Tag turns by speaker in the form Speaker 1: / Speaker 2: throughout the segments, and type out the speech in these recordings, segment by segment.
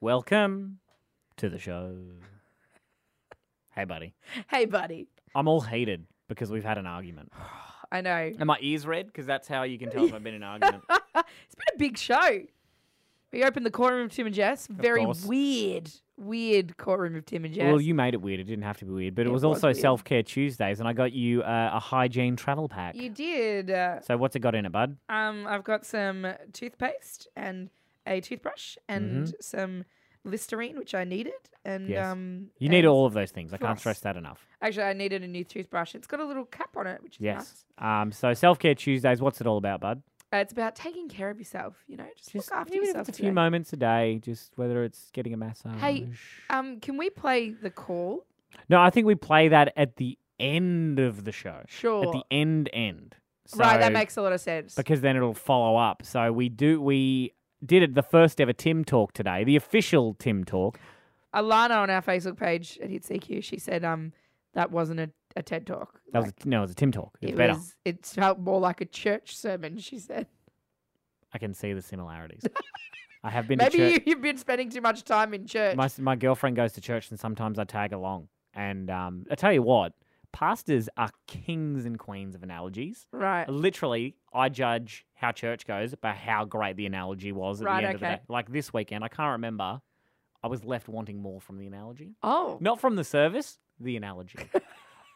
Speaker 1: Welcome to the show. Hey, buddy.
Speaker 2: Hey, buddy.
Speaker 1: I'm all heated because we've had an argument.
Speaker 2: I know.
Speaker 1: And my ears red because that's how you can tell if I've been in an argument.
Speaker 2: It's been a big show. We opened the courtroom of Tim and Jess. Very
Speaker 1: course.
Speaker 2: weird, weird courtroom of Tim and Jess.
Speaker 1: Well, you made it weird. It didn't have to be weird, but it,
Speaker 2: It
Speaker 1: was
Speaker 2: was
Speaker 1: also
Speaker 2: weird.
Speaker 1: Self Care Tuesdays, and I got you uh, a hygiene travel pack.
Speaker 2: You did. Uh,
Speaker 1: So what's it got in it, bud?
Speaker 2: um, I've got some toothpaste and a toothbrush and some Listerine, which I needed. And
Speaker 1: Mm-hmm. Yes.
Speaker 2: um,
Speaker 1: You need
Speaker 2: and-
Speaker 1: all of those things. I can't
Speaker 2: floss.
Speaker 1: stress that enough.
Speaker 2: Actually, I needed a new toothbrush. It's got a little cap on it, which is
Speaker 1: Yes. Um, so Self Care Tuesdays. What's it all about, bud?
Speaker 2: nice. Uh, it's about taking care of yourself. You know, just,
Speaker 1: Just
Speaker 2: look after
Speaker 1: even if
Speaker 2: yourself.
Speaker 1: it's a few
Speaker 2: today.
Speaker 1: moments a day, just whether it's getting a massage.
Speaker 2: Um, can we play the call?
Speaker 1: No, I think we play that at the end of the show. At the
Speaker 2: Sure.
Speaker 1: end, end.
Speaker 2: right,
Speaker 1: So-
Speaker 2: that makes a lot of sense.
Speaker 1: because then it'll follow up. So we do we did it the first ever Tim talk today, the official Tim talk.
Speaker 2: Alana on our Facebook page at Hit CQ, she said um that wasn't a, a TED talk.
Speaker 1: That was
Speaker 2: Like,
Speaker 1: no, it was a Tim talk. It's
Speaker 2: it
Speaker 1: better.
Speaker 2: was- it felt more like a church sermon. She said
Speaker 1: I can see the similarities. I have been
Speaker 2: maybe
Speaker 1: to church.
Speaker 2: you, you've been spending too much time in church.
Speaker 1: My my girlfriend goes to church, and sometimes I tag along. And um, I tell you what, pastors are kings and queens of analogies.
Speaker 2: right,
Speaker 1: Literally, I judge how church goes by how great the analogy was at
Speaker 2: Right,
Speaker 1: the end of
Speaker 2: okay.
Speaker 1: the day. Like this weekend, I can't remember. I was left wanting more from the analogy.
Speaker 2: oh,
Speaker 1: Not from the service, the analogy.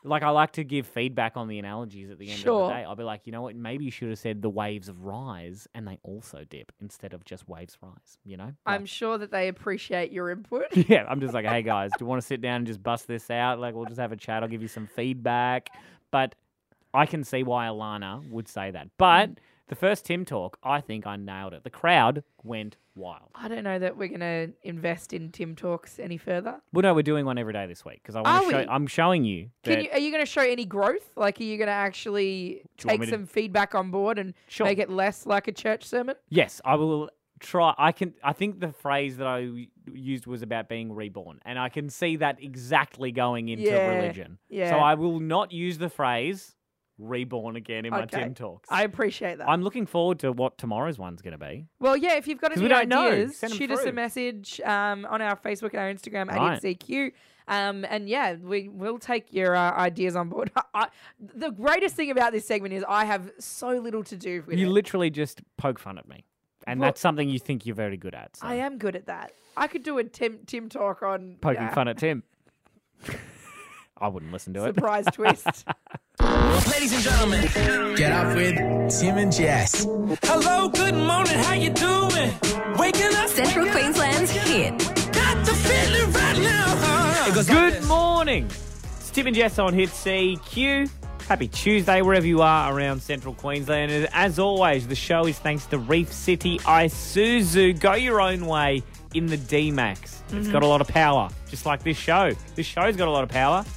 Speaker 1: like I like to give feedback on the analogies at the end of
Speaker 2: Sure.
Speaker 1: the day. I'll be like, you know what, maybe you should have said the waves rise and they also dip instead of just waves rise, you know?
Speaker 2: I'm sure that they appreciate your input.
Speaker 1: Like- yeah, I'm just like, hey guys, do you want to sit down and just bust this out? Like we'll just have a chat, I'll give you some feedback. But I can see why Alana would say that. But
Speaker 2: Mm.
Speaker 1: the first Tim talk, I think I nailed it. The crowd went wild.
Speaker 2: I don't know that we're gonna invest in Tim talks any further.
Speaker 1: Well, no, we're doing one every day this week because I
Speaker 2: Are
Speaker 1: want to show.
Speaker 2: we?
Speaker 1: I'm showing you.
Speaker 2: Can
Speaker 1: that-
Speaker 2: you, are you going to show any growth? Like, are you going to actually
Speaker 1: Do you want
Speaker 2: take
Speaker 1: me to-
Speaker 2: some feedback on board and
Speaker 1: Sure.
Speaker 2: make it less like a church sermon?
Speaker 1: Yes, I will try. I can. I think the phrase that I u- used was about being reborn, and I can see that exactly going into
Speaker 2: Yeah,
Speaker 1: religion.
Speaker 2: yeah.
Speaker 1: So I will not use the phrase "reborn" again in my
Speaker 2: Okay.
Speaker 1: Tim talks.
Speaker 2: I appreciate that.
Speaker 1: I'm looking forward to what tomorrow's one's going to be.
Speaker 2: Well, yeah, if you've got
Speaker 1: 'Cause
Speaker 2: any
Speaker 1: we don't know.
Speaker 2: ideas,
Speaker 1: Send 'em
Speaker 2: shoot us
Speaker 1: through.
Speaker 2: a message um, on our Facebook and our Instagram
Speaker 1: Right.
Speaker 2: at CQ. Um, and yeah, we will take your uh, ideas on board. I, the greatest thing about this segment is I have so little to do with
Speaker 1: You
Speaker 2: it.
Speaker 1: literally just poke fun at me, and
Speaker 2: Well-
Speaker 1: that's something you think you're very good at. So.
Speaker 2: I am good at that. I could do a Tim Tim talk on
Speaker 1: poking
Speaker 2: uh,
Speaker 1: fun at Tim. I wouldn't listen to it.
Speaker 2: surprise twist.
Speaker 3: Ladies and gentlemen,
Speaker 4: Get up with Tim and Jess.
Speaker 3: hello, good morning, how you doing? Waking up,
Speaker 5: Central
Speaker 3: waking
Speaker 5: Queensland's hit.
Speaker 3: up, got the feeling right now. It goes like
Speaker 1: Good
Speaker 3: this.
Speaker 1: morning. It's Tim and Jess on Hit CQ. Happy Tuesday, wherever you are around central Queensland. And as always, the show is thanks to Reef City Isuzu. Go your own way in the D Max. It's
Speaker 2: Mm-hmm.
Speaker 1: got a lot of power, just like this show. This show's got a lot of power.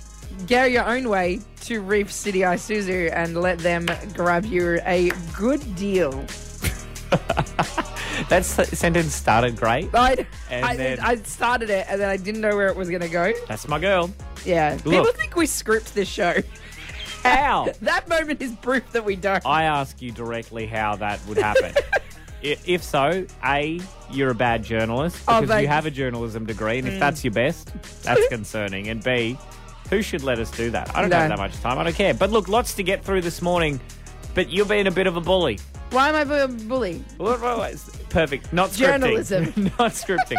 Speaker 2: Go your own way to Reef City Isuzu and let them grab you a good deal.
Speaker 1: That s- sentence started great.
Speaker 2: I,
Speaker 1: And
Speaker 2: I,
Speaker 1: then-
Speaker 2: I started it and then I didn't know where it was going to go.
Speaker 1: That's my girl.
Speaker 2: Yeah. People
Speaker 1: Look.
Speaker 2: think we script this show.
Speaker 1: How?
Speaker 2: That moment is proof that we don't.
Speaker 1: I ask you directly how that would happen. I- if so, A, you're a bad journalist
Speaker 2: Oh,
Speaker 1: because you
Speaker 2: thank- Mm.
Speaker 1: have a journalism degree, and if that's your best, that's concerning. And B, who should let us do that? I don't
Speaker 2: No.
Speaker 1: have that much time. I don't care. But look, lots to get through this morning, but you're being a bit of a bully.
Speaker 2: Why am I a bully?
Speaker 1: Look, look, look, it's Perfect. Not scripting.
Speaker 2: Journalism.
Speaker 1: Not scripting.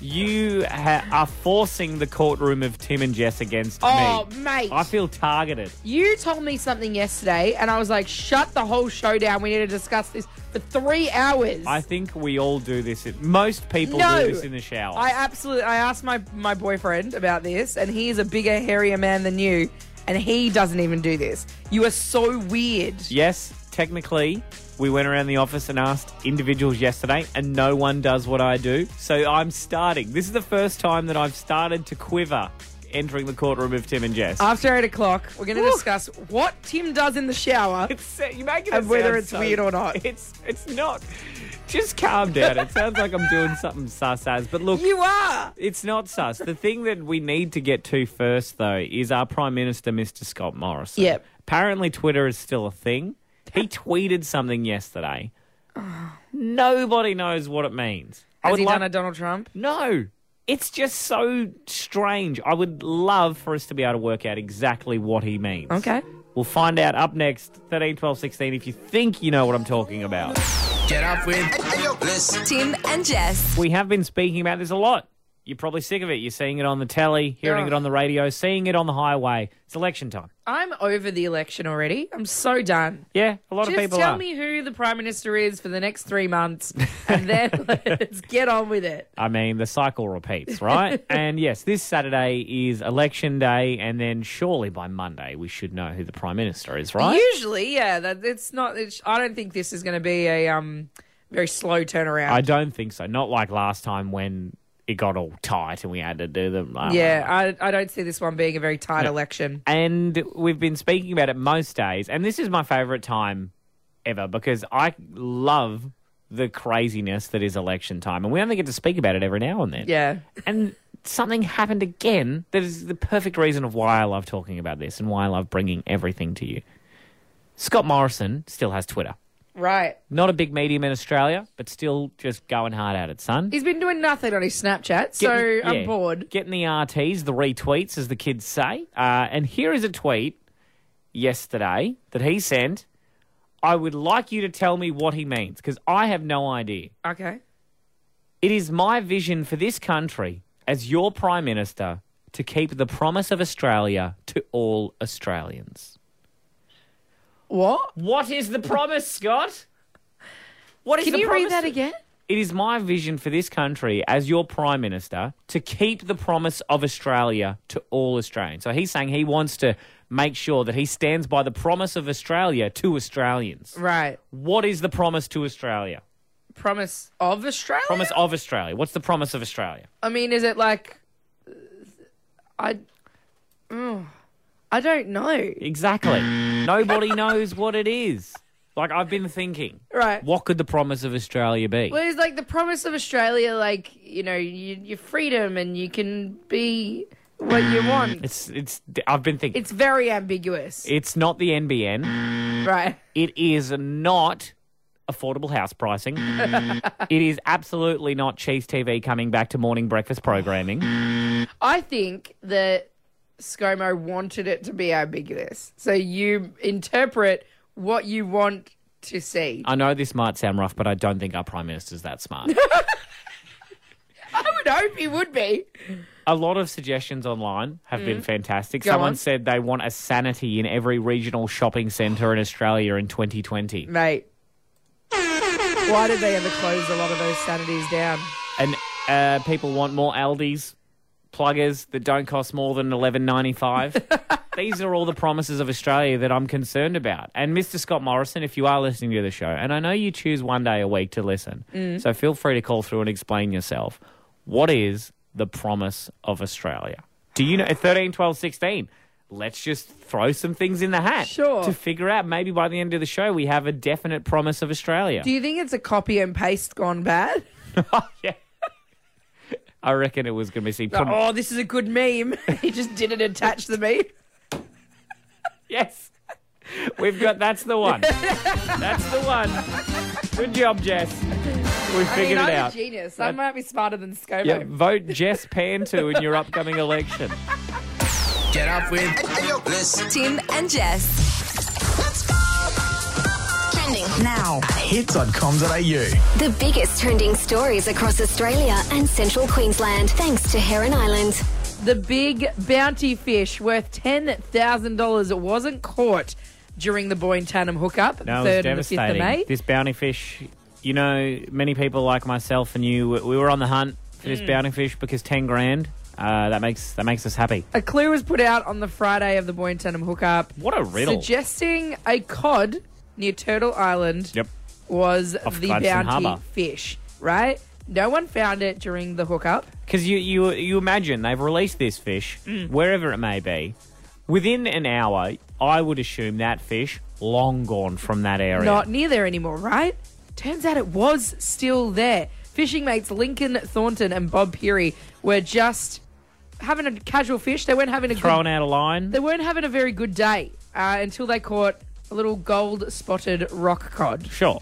Speaker 1: You ha- are forcing the courtroom of Tim and Jess against
Speaker 2: Oh,
Speaker 1: me.
Speaker 2: mate.
Speaker 1: I feel targeted.
Speaker 2: you told me something yesterday, and I was like, shut the whole show down. We need to discuss this for three hours.
Speaker 1: I think we all do this. In- most people
Speaker 2: No.
Speaker 1: do this in the shower.
Speaker 2: I absolutely. I asked my, my boyfriend about this, and he is a bigger, hairier man than you, and he doesn't even do this. You are so weird.
Speaker 1: Yes, technically, we went around the office and asked individuals yesterday, and no one does what I do. So I'm starting. This is the first time that I've started to quiver entering the courtroom of Tim and Jess.
Speaker 2: After eight o'clock, we're going to
Speaker 1: Woo.
Speaker 2: discuss what Tim does in the shower.
Speaker 1: it's, you make it
Speaker 2: And whether
Speaker 1: sound
Speaker 2: it's weird or not.
Speaker 1: It's, it's not. Just calm down. It sounds like I'm doing something sus as, but look.
Speaker 2: You are.
Speaker 1: it's not sus. The thing that we need to get to first, though, is our Prime Minister, Mr. Scott Morrison.
Speaker 2: Yep.
Speaker 1: Apparently, Twitter is still a thing. He tweeted something yesterday. Nobody knows what it means. I
Speaker 2: Has
Speaker 1: would
Speaker 2: he
Speaker 1: like
Speaker 2: done a Donald Trump?
Speaker 1: No. It's just so strange. I would love for us to be able to work out exactly what he means.
Speaker 2: Okay.
Speaker 1: We'll find out up next, 13, 12, 16, if you think you know what I'm talking about.
Speaker 4: Get up with
Speaker 5: Tim and Jess.
Speaker 1: We have been speaking about this a lot. You're probably sick of it. You're seeing it on the telly, hearing
Speaker 2: Ugh.
Speaker 1: it on the radio, seeing it on the highway. It's election time.
Speaker 2: I'm over the election already. I'm so done.
Speaker 1: Yeah, a lot of
Speaker 2: Just
Speaker 1: people
Speaker 2: tell
Speaker 1: are.
Speaker 2: me who the prime minister is for the next three months, and then let's get on with it.
Speaker 1: I mean, the cycle repeats, right? and yes, this Saturday is election day, and then surely by Monday we should know who the prime minister is, right?
Speaker 2: Usually, yeah, that it's not. It's, I don't think this is going to be a um very slow turnaround.
Speaker 1: I don't think so. Not like last time when it got all tight and we had to do them. I don't
Speaker 2: yeah,
Speaker 1: know.
Speaker 2: I, I don't see this one being a very tight election.
Speaker 1: And we've been speaking about it most days, and this is my favorite time ever because I love the craziness that is election time, and we only get to speak about it every now and then.
Speaker 2: Yeah,
Speaker 1: And something happened again that is the perfect reason of why I love talking about this and why I love bringing everything to you. Scott Morrison still has Twitter.
Speaker 2: right.
Speaker 1: Not a big medium in Australia, but still just going hard at it, son.
Speaker 2: He's been doing nothing on his Snapchat, so
Speaker 1: Getting-
Speaker 2: I'm
Speaker 1: yeah,
Speaker 2: bored.
Speaker 1: Getting the RTs, the retweets, as the kids say. Uh, and here is a tweet yesterday that he sent. I would like you to tell me what he means because I have no idea.
Speaker 2: Okay.
Speaker 1: It is my vision for this country as your Prime Minister to keep the promise of Australia to all Australians.
Speaker 2: What?
Speaker 1: What is the promise, Scott? What is
Speaker 2: Can
Speaker 1: the
Speaker 2: you
Speaker 1: promise?
Speaker 2: read that again?
Speaker 1: It is my vision for this country as your Prime Minister to keep the promise of Australia to all Australians. So he's saying he wants to make sure that he stands by the promise of Australia to Australians.
Speaker 2: Right.
Speaker 1: What is the promise to Australia?
Speaker 2: Promise of Australia.
Speaker 1: Promise of Australia. What's the promise of Australia?
Speaker 2: I mean, is it like I? Ugh. I don't know.
Speaker 1: Exactly. Nobody knows what it is. Like, I've been thinking,
Speaker 2: Right.
Speaker 1: what could the promise of Australia be?
Speaker 2: Well, it's like the promise of Australia, like you know, you, your freedom and you can be what you want.
Speaker 1: It's, it's, I've been thinking.
Speaker 2: It's very ambiguous,
Speaker 1: it's not the NBN.
Speaker 2: right?
Speaker 1: It is not affordable house pricing. it is absolutely not Cheese TV coming back to morning breakfast programming.
Speaker 2: I think that ScoMo wanted it to be ambiguous, so you interpret what you want to see.
Speaker 1: I know this might sound rough, but I don't think our Prime Minister's that smart.
Speaker 2: I would hope he would be.
Speaker 1: a lot of suggestions online have been fantastic.
Speaker 2: Mm. Go
Speaker 1: Someone
Speaker 2: on.
Speaker 1: said they want a sanity in every regional shopping centre in Australia in 2020.
Speaker 2: Mate, why did they ever close a lot of those sanities down?
Speaker 1: And uh, people want more Aldi's pluggers that don't cost more than eleven ninety five. These are all the promises of Australia that I'm concerned about. And Mr. Scott Morrison, if you are listening to the show, and I know you choose one day a week to listen,
Speaker 2: Mm.
Speaker 1: so feel free to call through and explain yourself. What is the promise of Australia? Do you know 13, 12, 16? Let's just throw some things in the hat
Speaker 2: Sure.
Speaker 1: to figure out. Maybe by the end of the show, we have a definite promise of Australia.
Speaker 2: Do you think it's a copy and paste gone bad?
Speaker 1: yeah. I reckon it was going to be see. put-
Speaker 2: oh, this is a good meme. he just didn't attach the meme.
Speaker 1: Yes. We've got that's the one. That's the one. Good job, Jess. We
Speaker 2: I
Speaker 1: figured
Speaker 2: mean, I'm
Speaker 1: it
Speaker 2: a
Speaker 1: out.
Speaker 2: genius. I might be smarter than ScoMo.
Speaker 1: Yeah, vote Jess Pantu in your upcoming election.
Speaker 4: Get up with
Speaker 5: Tim and Jess.
Speaker 4: now hits.com.au.
Speaker 6: The biggest trending stories across Australia and central Queensland, thanks to Heron Island.
Speaker 2: The big bounty fish worth $10,000 wasn't caught during the Boyntanum hookup,
Speaker 1: No,
Speaker 2: the
Speaker 1: it was
Speaker 2: 3rd and the 5th of
Speaker 1: devastating.
Speaker 2: May.
Speaker 1: This bounty fish, you know, many people like myself and you, we were on the hunt for
Speaker 2: Hmm.
Speaker 1: this bounty fish because ten grand. Uh, that makes that makes us happy.
Speaker 2: A clue was put out on the Friday of the Boyntanum hookup
Speaker 1: What a riddle!
Speaker 2: suggesting a cod near Turtle Island
Speaker 1: yep.
Speaker 2: was
Speaker 1: Off
Speaker 2: the
Speaker 1: Gladstone
Speaker 2: bounty
Speaker 1: Harbour.
Speaker 2: fish, right? No one found it during the hookup.
Speaker 1: Because you, you you imagine they've released this fish
Speaker 2: Mm.
Speaker 1: wherever it may be. Within an hour, I would assume that fish long gone from that area.
Speaker 2: not near there anymore, right? Turns out it was still there. Fishing mates Lincoln Thornton and Bob Peary were just having a casual fish. They weren't having a good,
Speaker 1: thrown out of line.
Speaker 2: they weren't having a very good day uh, until they caught a little gold spotted rock cod,
Speaker 1: sure.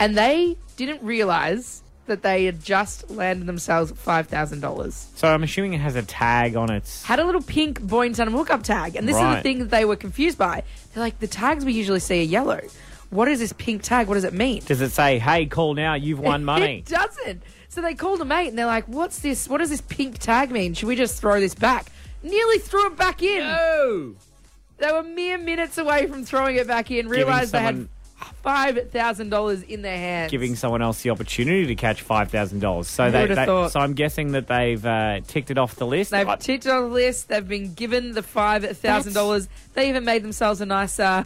Speaker 2: and they didn't realize that they had just landed themselves $5,000.
Speaker 1: So I'm assuming it has a tag on it.
Speaker 2: Had a little pink Boyne Dunham hookup tag. And this is the
Speaker 1: Right.
Speaker 2: thing that they were confused by. They're like, the tags we usually see are yellow. What is this pink tag? What does it mean?
Speaker 1: Does it say, hey, call now, you've won money?
Speaker 2: It doesn't. So they called a mate and they're like, "What's this? What does this pink tag mean? Should we just throw this back?" Nearly threw it back in.
Speaker 1: No!
Speaker 2: They were mere minutes away from throwing it back in. Realized
Speaker 1: someone-
Speaker 2: they had five thousand dollars in their hands.
Speaker 1: Giving someone else the opportunity to catch $5,000. So,
Speaker 2: Who
Speaker 1: they,
Speaker 2: would've
Speaker 1: they-
Speaker 2: thought?
Speaker 1: so I'm guessing that they've uh, ticked it off the list.
Speaker 2: They've
Speaker 1: I-
Speaker 2: ticked it on the list. They've been given the five thousand dollars. They even made themselves a nice, uh,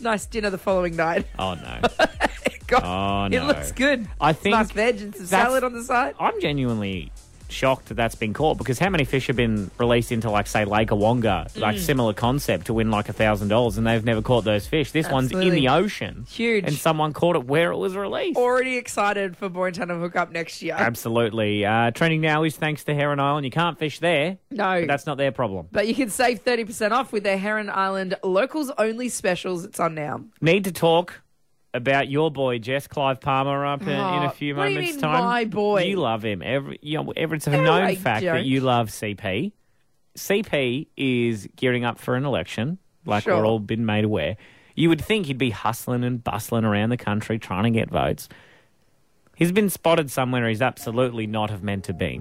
Speaker 2: nice dinner the following night.
Speaker 1: oh, no.
Speaker 2: God,
Speaker 1: Oh,
Speaker 2: it
Speaker 1: no.
Speaker 2: looks good.
Speaker 1: I think
Speaker 2: nice veg and some
Speaker 1: that's-
Speaker 2: salad on the side.
Speaker 1: I'm genuinely shocked that that's been caught because how many fish have been released into like say Lake Awonga, like
Speaker 2: Mm.
Speaker 1: similar concept to win like a thousand dollars, and they've never caught those fish. This one's in
Speaker 2: Absolutely.
Speaker 1: the ocean,
Speaker 2: Huge.
Speaker 1: and someone caught it where it was released.
Speaker 2: Already excited for Boyington to hook up next year.
Speaker 1: Absolutely. Uh, trending now is thanks to Heron Island. You can't fish there.
Speaker 2: No.
Speaker 1: but that's not their problem.
Speaker 2: But you can save 30% off with their Heron Island locals only specials. It's on now.
Speaker 1: Need to talk about your boy Jess Clive Palmer up in, in
Speaker 2: Oh,
Speaker 1: a few
Speaker 2: what do you
Speaker 1: moments
Speaker 2: mean,
Speaker 1: time.
Speaker 2: my boy?
Speaker 1: you love him. Every you know, every- it's a
Speaker 2: No,
Speaker 1: known
Speaker 2: I
Speaker 1: fact
Speaker 2: don't.
Speaker 1: that you love CP. CP is gearing up for an election, like
Speaker 2: Sure.
Speaker 1: we're all been made aware. You would think he'd be hustling and bustling around the country trying to get votes. He's been spotted somewhere he's absolutely not have meant to be.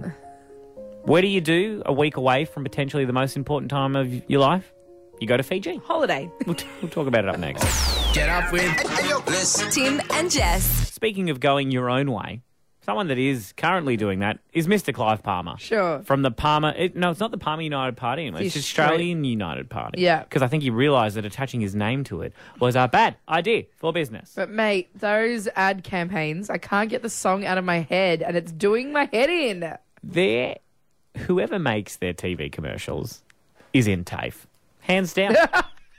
Speaker 1: What do you do a week away from potentially the most important time of your life? You go to Fiji.
Speaker 2: Holiday.
Speaker 1: We'll, t- we'll talk about it up next.
Speaker 4: Get up with
Speaker 5: It's Tim and Jess.
Speaker 1: Speaking of going your own way, someone that is currently doing that is Mr. Clive Palmer.
Speaker 2: Sure.
Speaker 1: From the Palmer, it, no, it's not the Palmer United Party anymore. It's
Speaker 2: The
Speaker 1: the Australian United Party.
Speaker 2: Yeah.
Speaker 1: Because I think he realised that attaching his name to it was a bad idea for business.
Speaker 2: But mate, those ad campaigns, I can't get the song out of my head and it's doing my head in.
Speaker 1: Their, whoever makes their TV commercials is in TAFE. Hands down.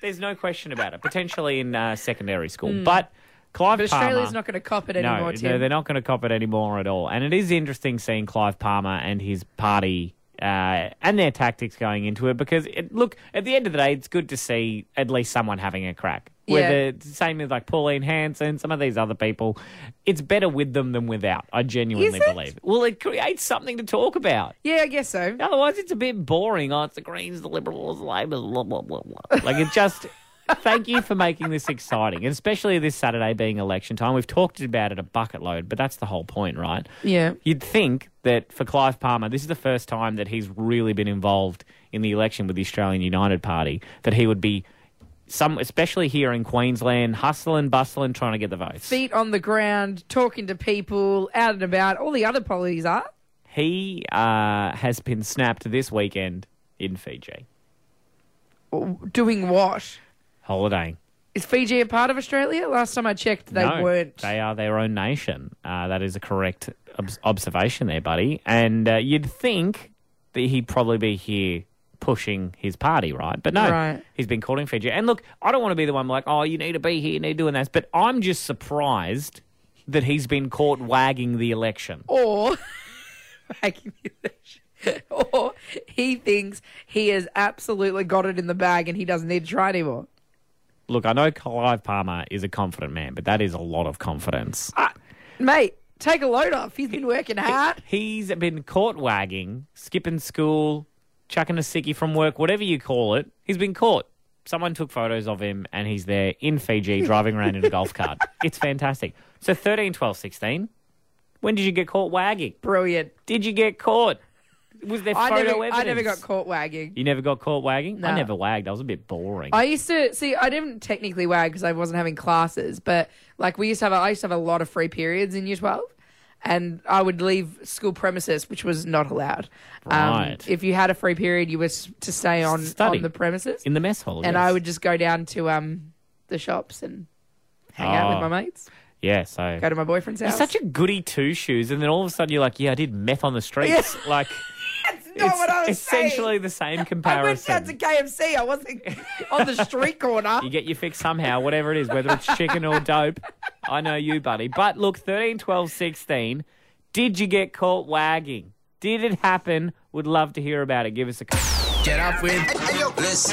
Speaker 1: There's no question about it. Potentially in uh, secondary school. But Clive
Speaker 2: Hmm. But Australia's
Speaker 1: Palmer-
Speaker 2: not going to cop it anymore,
Speaker 1: no,
Speaker 2: Tim.
Speaker 1: No, they're not going to cop it anymore at all. And it is interesting seeing Clive Palmer and his party uh, and their tactics going into it because, it, look, at the end of the day, it's good to see at least someone having a crack.
Speaker 2: Yeah.
Speaker 1: Whether same with like Pauline Hanson, some of these other people, it's better with them than without. I genuinely
Speaker 2: Is it?
Speaker 1: believe. Well, it creates something to talk about.
Speaker 2: Yeah, I guess so.
Speaker 1: Otherwise, it's a bit boring. Oh, it's the Greens, the Liberals, Labor, blah, blah, blah, blah. Like, it just. Thank you for making this exciting, and especially this Saturday being election time. We've talked about it a bucket load, but that's the whole point, right?
Speaker 2: Yeah.
Speaker 1: You'd think that for Clive Palmer, this is the first time that he's really been involved in the election with the Australian United Party, that he would be some, especially here in Queensland, hustling, bustling, trying to get the votes.
Speaker 2: Feet on the ground, talking to people, out and about. All the other policies are.
Speaker 1: He uh, has been snapped this weekend in Fiji.
Speaker 2: Doing what?
Speaker 1: Holidaying.
Speaker 2: Is Fiji a part of Australia? Last time I checked, they
Speaker 1: No,
Speaker 2: weren't.
Speaker 1: They are their own nation. Uh, that is a correct ob- observation there, buddy. And uh, you'd think that he'd probably be here pushing his party, right? But no,
Speaker 2: Right.
Speaker 1: he's been caught in Fiji. And look, I don't want to be the one like, oh, you need to be here, you need to doing this. But I'm just surprised that he's been caught wagging the election.
Speaker 2: or making the election. or he thinks he has absolutely got it in the bag and he doesn't need to try anymore.
Speaker 1: Look, I know Clive Palmer is a confident man, but that is a lot of confidence.
Speaker 2: Mate, take a load off. He's been working hard.
Speaker 1: He's been caught wagging, skipping school, chucking a sickie from work, whatever you call it. He's been caught. Someone took photos of him and he's there in Fiji driving around in a golf cart. It's fantastic. So 13, 12, 16. When did you get caught wagging?
Speaker 2: Brilliant.
Speaker 1: Did you get caught? Was there
Speaker 2: I
Speaker 1: photo
Speaker 2: never,
Speaker 1: evidence?
Speaker 2: I never got caught wagging.
Speaker 1: You never got caught wagging? I
Speaker 2: No.
Speaker 1: never wagged. I was a bit boring.
Speaker 2: I used to see. I didn't technically wag because I wasn't having classes, but like we used to have. A, I used to have a lot of free periods in Year Twelve, and I would leave school premises, which was not allowed. Um,
Speaker 1: Right.
Speaker 2: if you had a free period, you were s- to stay on
Speaker 1: Study.
Speaker 2: on the premises,
Speaker 1: in the mess hall.
Speaker 2: and
Speaker 1: yes.
Speaker 2: I would just go down to um the shops and hang out
Speaker 1: Oh.
Speaker 2: with my mates.
Speaker 1: Yeah, so.
Speaker 2: Go to my boyfriend's house.
Speaker 1: You're such a goody two shoes, and then all of a sudden you're like, yeah, I did meth on the streets. Like.
Speaker 2: Not what I was
Speaker 1: essentially
Speaker 2: saying.
Speaker 1: the same
Speaker 2: I went
Speaker 1: comparison.
Speaker 2: down to KFC. I wasn't on the street corner.
Speaker 1: You get your fix somehow, whatever it is, whether it's chicken or dope. I know you, buddy. But look, 13, 12, 16, did you get caught wagging? Did it happen? Would love to hear about it. Give us a call.
Speaker 4: Get up with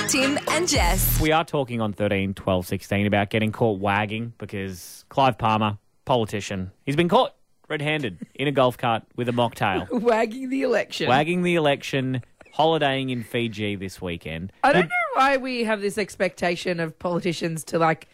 Speaker 5: Tim and Jess.
Speaker 1: We are talking on 13, 12, 16 about getting caught wagging because Clive Palmer, politician, he's been caught. red handed in a golf cart with a mocktail,
Speaker 2: Wagging the election.
Speaker 1: wagging the election, holidaying in Fiji this weekend.
Speaker 2: I don't know why we have this expectation of politicians to like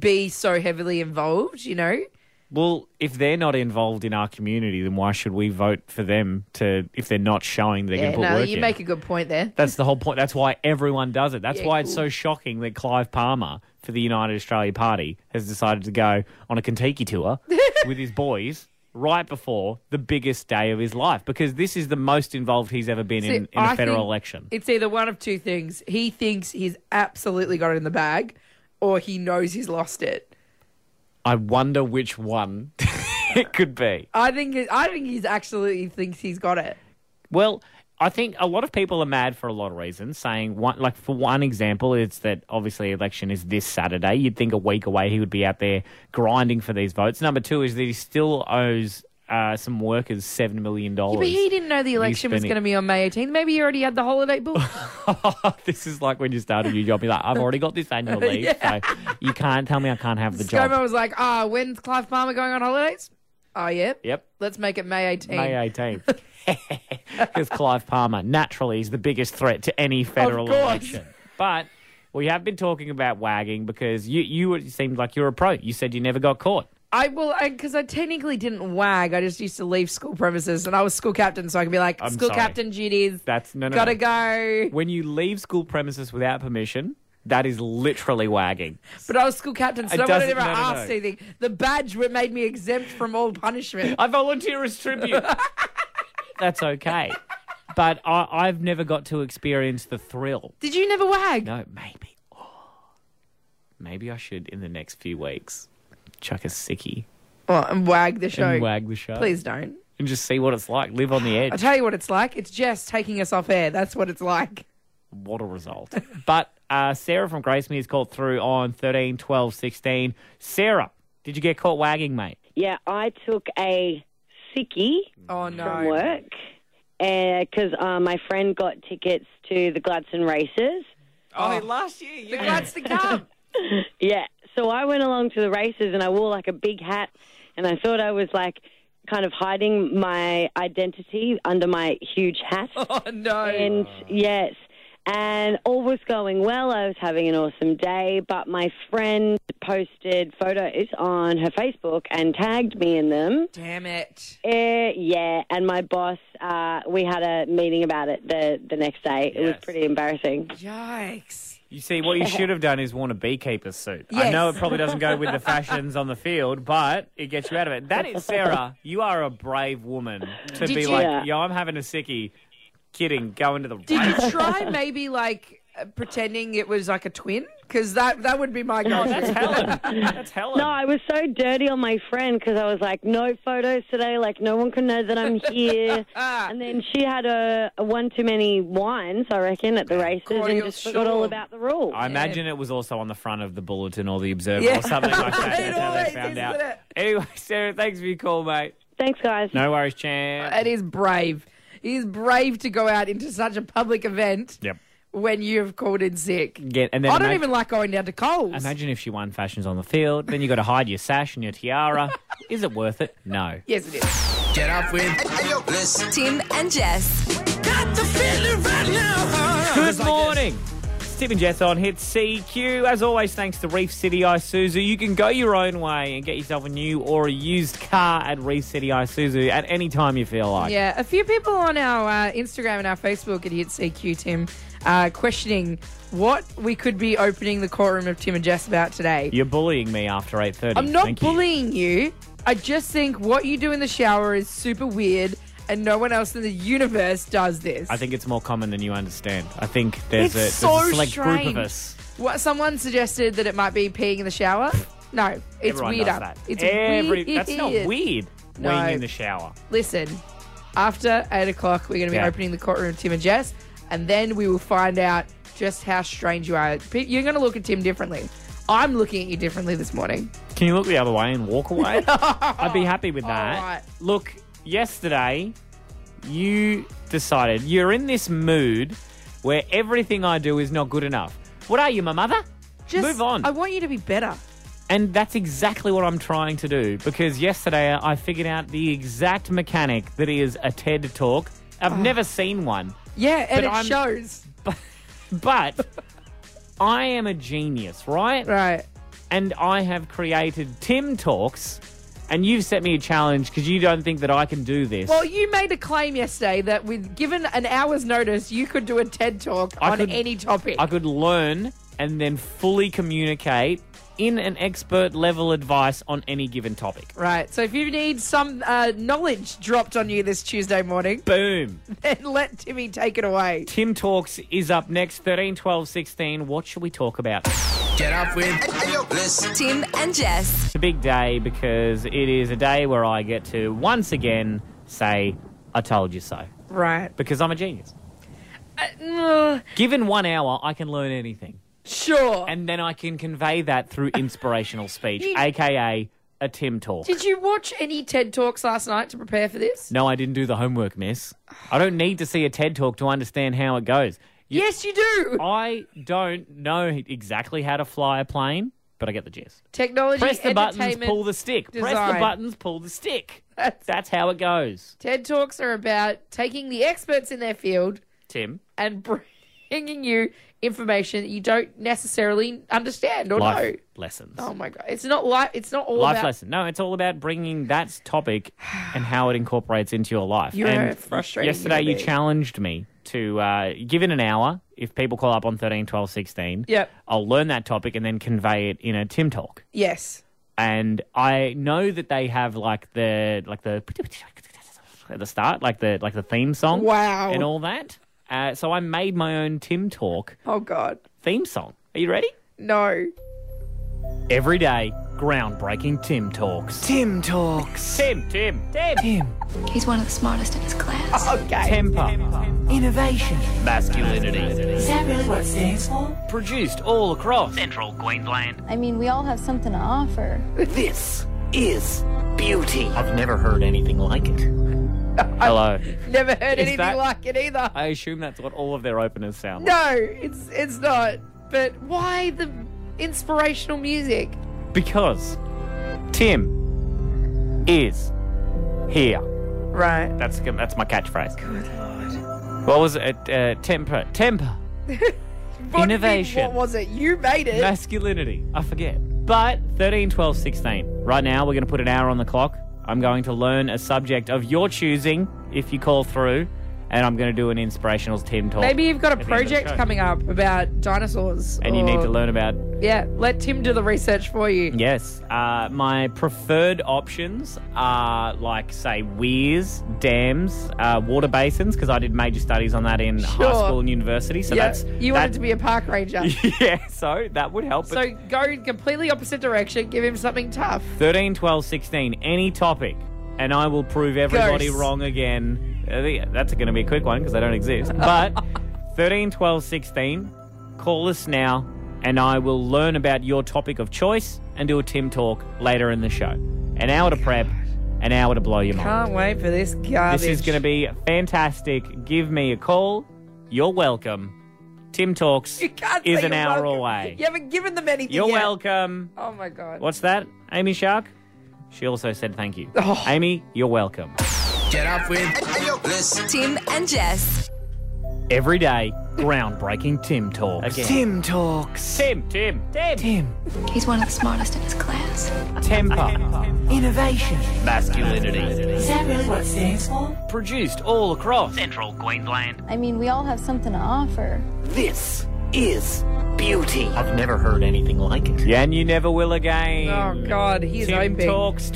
Speaker 2: be so heavily involved, you know?
Speaker 1: Well, if they're not involved in our community, then why should we vote for them to if they're not showing they can
Speaker 2: Yeah,
Speaker 1: put
Speaker 2: no,
Speaker 1: work
Speaker 2: you
Speaker 1: in?
Speaker 2: make a good point there.
Speaker 1: That's the whole point. That's why everyone does it. That's
Speaker 2: Yeah,
Speaker 1: why it's
Speaker 2: cool.
Speaker 1: so shocking that Clive Palmer for the United Australia Party has decided to go on a Kentucky tour with his boys right before the biggest day of his life because this is the most involved he's ever been in, in
Speaker 2: See,
Speaker 1: a
Speaker 2: I
Speaker 1: federal
Speaker 2: think
Speaker 1: election.
Speaker 2: It's either one of two things. He thinks he's absolutely got it in the bag, or he knows he's lost it.
Speaker 1: I wonder which one it could be.
Speaker 2: I think it, I think he's absolutely thinks he's got it.
Speaker 1: Well, I think a lot of people are mad for a lot of reasons. Saying one, like for one example, it's that obviously election is this Saturday. You'd think a week away he would be out there grinding for these votes. Number two is that he still owes uh, some workers seven million
Speaker 2: But
Speaker 1: dollars.
Speaker 2: he didn't know the election was
Speaker 1: spending-
Speaker 2: going to be on May 18th. Maybe he already had the holiday booked.
Speaker 1: this is like when you start a new job. You're like, I've already got this annual leave, so you can't tell me I can't have the job.
Speaker 2: Scomo was like, "Ah, when's Clive Palmer going on holidays? Oh, yeah.
Speaker 1: Yep.
Speaker 2: Let's make it May 18th.
Speaker 1: May 18th. Because Clive Palmer naturally is the biggest threat to any federal
Speaker 2: course.
Speaker 1: election. But we have been talking about wagging because you, you seemed like you're a pro. You said you never got caught.
Speaker 2: I will, because I, technically didn't wag. I just used to leave school premises, and I was school captain, so I could be like,
Speaker 1: I'm
Speaker 2: school
Speaker 1: sorry.
Speaker 2: captain duties.
Speaker 1: That's no, no.
Speaker 2: gotta
Speaker 1: no.
Speaker 2: go.
Speaker 1: When you leave school premises without permission, that is literally wagging.
Speaker 2: But I was school captain, so
Speaker 1: It
Speaker 2: no one had
Speaker 1: doesn't-
Speaker 2: ever
Speaker 1: no, no, no.
Speaker 2: asked anything. The badge wa- made me exempt from all punishment.
Speaker 1: I volunteer as tribute. That's okay. But I, I've never got to experience the thrill.
Speaker 2: Did you never wag?
Speaker 1: No, maybe. Oh, maybe I should in the next few weeks chuck a sickie
Speaker 2: Well, and wag the show.
Speaker 1: and wag the show.
Speaker 2: Please don't.
Speaker 1: And just see what it's like. Live on the
Speaker 2: I'll
Speaker 1: edge.
Speaker 2: tell you what it's like. It's Jess taking us off air. That's what it's like.
Speaker 1: What a result. But uh, Sarah from Grace Me has called through on 13, 12, 16. Sarah, did you get caught wagging, mate?
Speaker 7: Yeah, I took a sickie
Speaker 2: Oh, no.
Speaker 7: from work because uh, my friend got tickets to the Gladstone races.
Speaker 1: Oh, last year, yeah.
Speaker 2: That's the cup.
Speaker 7: Yeah, so I went along to the races and I wore like a big hat and I thought I was like kind of hiding my identity under my huge hat.
Speaker 2: Oh, no.
Speaker 7: And yes, and all was going well. I was having an awesome day, but my friend posted photos on her Facebook and tagged me in them.
Speaker 2: Damn it.
Speaker 7: Uh, yeah, and my boss, uh, we had a meeting about it the, the next day. It was
Speaker 1: Yes.
Speaker 7: pretty embarrassing.
Speaker 2: Yikes.
Speaker 1: You see, what you should have done is worn a beekeeper's suit. I
Speaker 2: Yes.
Speaker 1: know it probably doesn't go with the fashions on the field, but it gets you out of it. That is, Sarah, you are a brave woman to
Speaker 2: Did
Speaker 1: be
Speaker 2: you-
Speaker 1: like,
Speaker 7: Yeah.
Speaker 1: yeah, I'm having a sickie. Kidding, go into the
Speaker 2: Did you try maybe like uh, pretending it was like a twin? Because that, that would be my go
Speaker 1: Oh, That's Helen. That's Helen.
Speaker 7: No, I was so dirty on my friend because I was like, no photos today. Like, no one can know that I'm here. and then she had a, a one too many wines, I reckon, at the races
Speaker 2: God,
Speaker 7: and
Speaker 2: you're
Speaker 7: just forgot all
Speaker 2: sure.
Speaker 7: about the rules.
Speaker 1: I imagine it was also on the front of the bulletin or the Observer
Speaker 2: Yeah.
Speaker 1: or something like that. That's
Speaker 2: It
Speaker 1: how they
Speaker 2: always
Speaker 1: found
Speaker 2: is,
Speaker 1: out.
Speaker 2: isn't it?
Speaker 1: Anyway, Sarah, thanks for your call, mate.
Speaker 7: Thanks, guys.
Speaker 1: No worries, champ.
Speaker 2: It is brave. It is brave to go out into such a public event
Speaker 1: Yep.
Speaker 2: when you've called in sick.
Speaker 1: Get, and then
Speaker 2: I don't
Speaker 1: imag-
Speaker 2: even like going down to Coles.
Speaker 1: imagine if she won fashions on the field. Then you got to hide your sash and your tiara. is it worth it? No.
Speaker 2: yes, it is.
Speaker 4: Get off with this.
Speaker 5: Tim and Jess.
Speaker 3: Got the feeling right now.
Speaker 1: Good morning. It's Tim and Jess on Hit CQ. As always, thanks to Reef City Isuzu. You can go your own way and get yourself a new or a used car at Reef City Isuzu at any time you feel like.
Speaker 2: Yeah, a few people on our uh, Instagram and our Facebook at Hit CQ Tim uh, questioning what we could be opening the courtroom of Tim and Jess about today.
Speaker 1: You're bullying me after 8.30.
Speaker 2: I'm not
Speaker 1: Thank you.
Speaker 2: bullying you. I just think what you do in the shower is super weird, and no one else in the universe does this.
Speaker 1: I think it's more common than you understand. I think there's,
Speaker 2: It's
Speaker 1: a, there's
Speaker 2: so
Speaker 1: a select group
Speaker 2: strange.
Speaker 1: of us.
Speaker 2: What someone suggested that it might be peeing in the shower. No, it's
Speaker 1: Everyone
Speaker 2: weirder.
Speaker 1: does that.
Speaker 2: It's
Speaker 1: Every,
Speaker 2: weird.
Speaker 1: That's not weird.
Speaker 2: No.
Speaker 1: Weeing in the shower.
Speaker 2: Listen, after eight o'clock, we're going to be
Speaker 1: Yeah.
Speaker 2: opening the courtroom of Tim and Jess, and then we will find out just how strange you are. Pe- You're going to look at Tim differently. I'm looking at you differently this morning.
Speaker 1: Can you look the other way and walk away? I'd be happy with that.
Speaker 2: Alright.
Speaker 1: Look, yesterday you decided you're in this mood where everything I do is not good enough. What are you, my mother?
Speaker 2: Just
Speaker 1: Move on.
Speaker 2: I want you to be better.
Speaker 1: And that's exactly what I'm trying to do because yesterday I figured out the exact mechanic that is a TED talk. I've
Speaker 2: Ah.
Speaker 1: never seen one,
Speaker 2: Yeah, and
Speaker 1: But
Speaker 2: it
Speaker 1: I'm-
Speaker 2: shows.
Speaker 1: but I am a genius, right?
Speaker 2: Right.
Speaker 1: And I have created Tim Talks, and you've set me a challenge because you don't think that I can do this.
Speaker 2: Well, you made a claim yesterday that with given an hour's notice, you could do a TED talk
Speaker 1: I
Speaker 2: on
Speaker 1: could-
Speaker 2: any topic.
Speaker 1: I could learn and then fully communicate in an expert level advice on any given topic.
Speaker 2: Right. So if you need some uh, knowledge dropped on you this Tuesday morning,
Speaker 1: Boom.
Speaker 2: then let Timmy take it away.
Speaker 1: Tim Talks is up next, 13, 12, 16. What should we talk about?
Speaker 4: Get up with
Speaker 6: Bliss.
Speaker 5: Tim and Jess.
Speaker 1: It's a big day because it is a day where I get to once again say, I told you so,
Speaker 2: Right.
Speaker 1: because I'm a genius. Given one hour, I can learn anything.
Speaker 2: Sure.
Speaker 1: And then I can convey that through inspirational speech,
Speaker 2: You-
Speaker 1: aka a Tim talk.
Speaker 2: Did you watch any TED talks last night to prepare for this?
Speaker 1: No, I didn't do the homework, miss. I don't need to see a TED talk to understand how it goes. You-
Speaker 2: Yes, you do.
Speaker 1: I don't know exactly how to fly a plane, but I get the gist.
Speaker 2: Technology,
Speaker 1: Press the buttons,
Speaker 2: entertainment,
Speaker 1: pull the stick. Press the
Speaker 2: design.
Speaker 1: buttons, pull the stick.
Speaker 2: That's-
Speaker 1: That's how it goes,
Speaker 2: TED talks are about taking the experts in their field
Speaker 1: Tim.
Speaker 2: and bringing you information that you don't necessarily understand or
Speaker 1: Life
Speaker 2: know.
Speaker 1: lessons.
Speaker 2: Oh my god, it's not life. It's not all
Speaker 1: life
Speaker 2: about.
Speaker 1: lesson. No, it's all about bringing that topic and how it incorporates into your life.
Speaker 2: You're
Speaker 1: and
Speaker 2: frustrating
Speaker 1: Yesterday,
Speaker 2: human
Speaker 1: you
Speaker 2: being.
Speaker 1: challenged me to uh, give it an hour. If people call up on 13, 12, 16,
Speaker 2: Yep.
Speaker 1: I'll learn that topic and then convey it in a Tim talk.
Speaker 2: Yes.
Speaker 1: And I know that they have like the like the at the start, like the like the theme song,
Speaker 2: Wow.
Speaker 1: and all that. Uh, so I made my own Tim talk
Speaker 2: Oh god,
Speaker 1: theme song. Are you ready?
Speaker 2: no.
Speaker 1: Every day, groundbreaking Tim talks.
Speaker 8: Tim Talks.
Speaker 1: Tim, Tim, Tim.
Speaker 9: He's one of the smartest in his class.
Speaker 1: Temper,
Speaker 8: Innovation.
Speaker 1: masculinity.
Speaker 9: Is that really what it stands for?
Speaker 1: Produced all across central Queensland.
Speaker 10: I mean, we all have something to offer.
Speaker 8: This is beauty.
Speaker 1: I've never heard anything like it. Hello.
Speaker 2: Never heard anything
Speaker 1: that-
Speaker 2: like it either.
Speaker 1: I assume that's what all of their openers sound like.
Speaker 2: No, it's it's not. But why the inspirational music?
Speaker 1: Because Tim is here.
Speaker 2: Right.
Speaker 1: That's that's my catchphrase. Good lord. What was it? Uh, temper, temper, Innovation.
Speaker 2: What was it? You made it.
Speaker 1: masculinity. I forget. But 13, 12, 16. Right now, we're going to put an hour on the clock. I'm going to learn a subject of your choosing if you call through, and I'm going to do an inspirational Tim talk.
Speaker 2: Maybe you've got a
Speaker 1: the end of the
Speaker 2: project
Speaker 1: show.
Speaker 2: coming up about dinosaurs.
Speaker 1: and you need
Speaker 2: or-
Speaker 1: to learn about
Speaker 2: Yeah, let Tim do the research for you.
Speaker 1: yes uh, my preferred options are like say weirs dams uh, water basins because i did major studies on that in high
Speaker 2: Sure.
Speaker 1: school and university so
Speaker 2: Yeah,
Speaker 1: that's
Speaker 2: you wanted to be a park ranger.
Speaker 1: yeah so that would help
Speaker 2: So go completely opposite direction. Give him something tough.
Speaker 1: 13 12 16 any topic and i will prove everybody
Speaker 2: Ghosts.
Speaker 1: wrong again Uh, yeah, that's going to be a quick one because i don't exist but 13 12 16 call us now and i will learn about your topic of choice and do a tim talk later in the show an hour
Speaker 2: Oh
Speaker 1: to prep an hour to blow your mind
Speaker 2: Can't wait for this garbage.
Speaker 1: this is going to be fantastic give me a call you're welcome tim talks
Speaker 2: You can't
Speaker 1: is
Speaker 2: say
Speaker 1: an
Speaker 2: you're
Speaker 1: hour
Speaker 2: welcome.
Speaker 1: away
Speaker 2: You haven't given them anything.
Speaker 1: you're
Speaker 2: yet.
Speaker 1: welcome
Speaker 2: Oh my god.
Speaker 1: What's that? Amy Shark? She also said thank you. Amy, you're welcome.
Speaker 4: Get up with
Speaker 6: Bliss.
Speaker 5: Tim and Jess.
Speaker 1: Every day, groundbreaking Tim talks. Again.
Speaker 8: Tim Talks.
Speaker 1: Tim, Tim, Tim,
Speaker 8: Tim.
Speaker 9: He's one of the smartest in his class.
Speaker 1: temper,
Speaker 8: Innovation.
Speaker 1: masculinity.
Speaker 9: Is that really what it stands for?
Speaker 1: Produced all across central Queensland.
Speaker 10: I mean, we all have something to offer.
Speaker 8: This is beauty.
Speaker 1: I've never heard anything like it. Yeah, and you never will again.
Speaker 2: Oh god, he is
Speaker 1: Tim
Speaker 2: open.
Speaker 1: Talks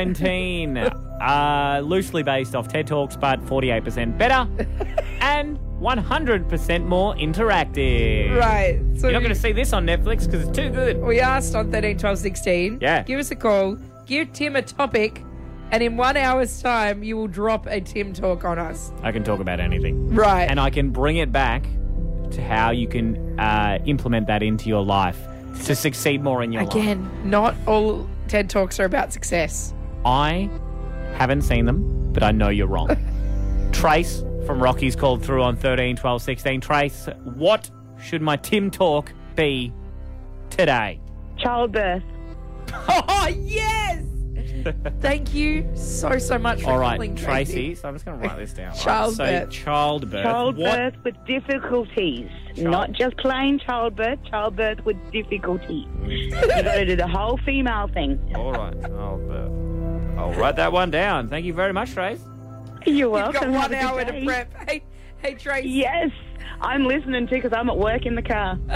Speaker 1: 2019. uh, loosely based off TED Talks, but 48% better and 100% more interactive.
Speaker 2: Right. So
Speaker 1: You're not going to see this on Netflix because it's too good.
Speaker 2: we asked on 13, 12, 16.
Speaker 1: Yeah.
Speaker 2: Give us a call. Give Tim a topic, and in one hour's time, you will drop a Tim talk on us.
Speaker 1: I can talk about anything.
Speaker 2: Right.
Speaker 1: and I can bring it back to how you can uh, implement that into your life to succeed more in your life.
Speaker 2: Again, not all TED talks are about success.
Speaker 1: I haven't seen them, but I know you're wrong. Trace from Rockies called through on 13, 12, 16. Trace, what should my Tim talk be today?
Speaker 7: Childbirth.
Speaker 2: Oh, yes! Thank you so, so much for
Speaker 1: All right,
Speaker 2: calling,
Speaker 1: Tracy. So I'm just going to write this down. Right, so
Speaker 2: Childbirth.
Speaker 1: childbirth.
Speaker 11: Childbirth with difficulties. Not just plain childbirth, childbirth with difficulty. you got to do the whole female thing.
Speaker 1: What? All right, childbirth. I'll write that one down. Thank you very much, Trace.
Speaker 11: You're
Speaker 2: You've got
Speaker 11: welcome.
Speaker 2: one
Speaker 11: Have
Speaker 2: hour
Speaker 11: a good
Speaker 2: to
Speaker 11: day.
Speaker 2: prep. Hey, hey, Tracy.
Speaker 11: Yes, I'm listening too because I'm at work in the car.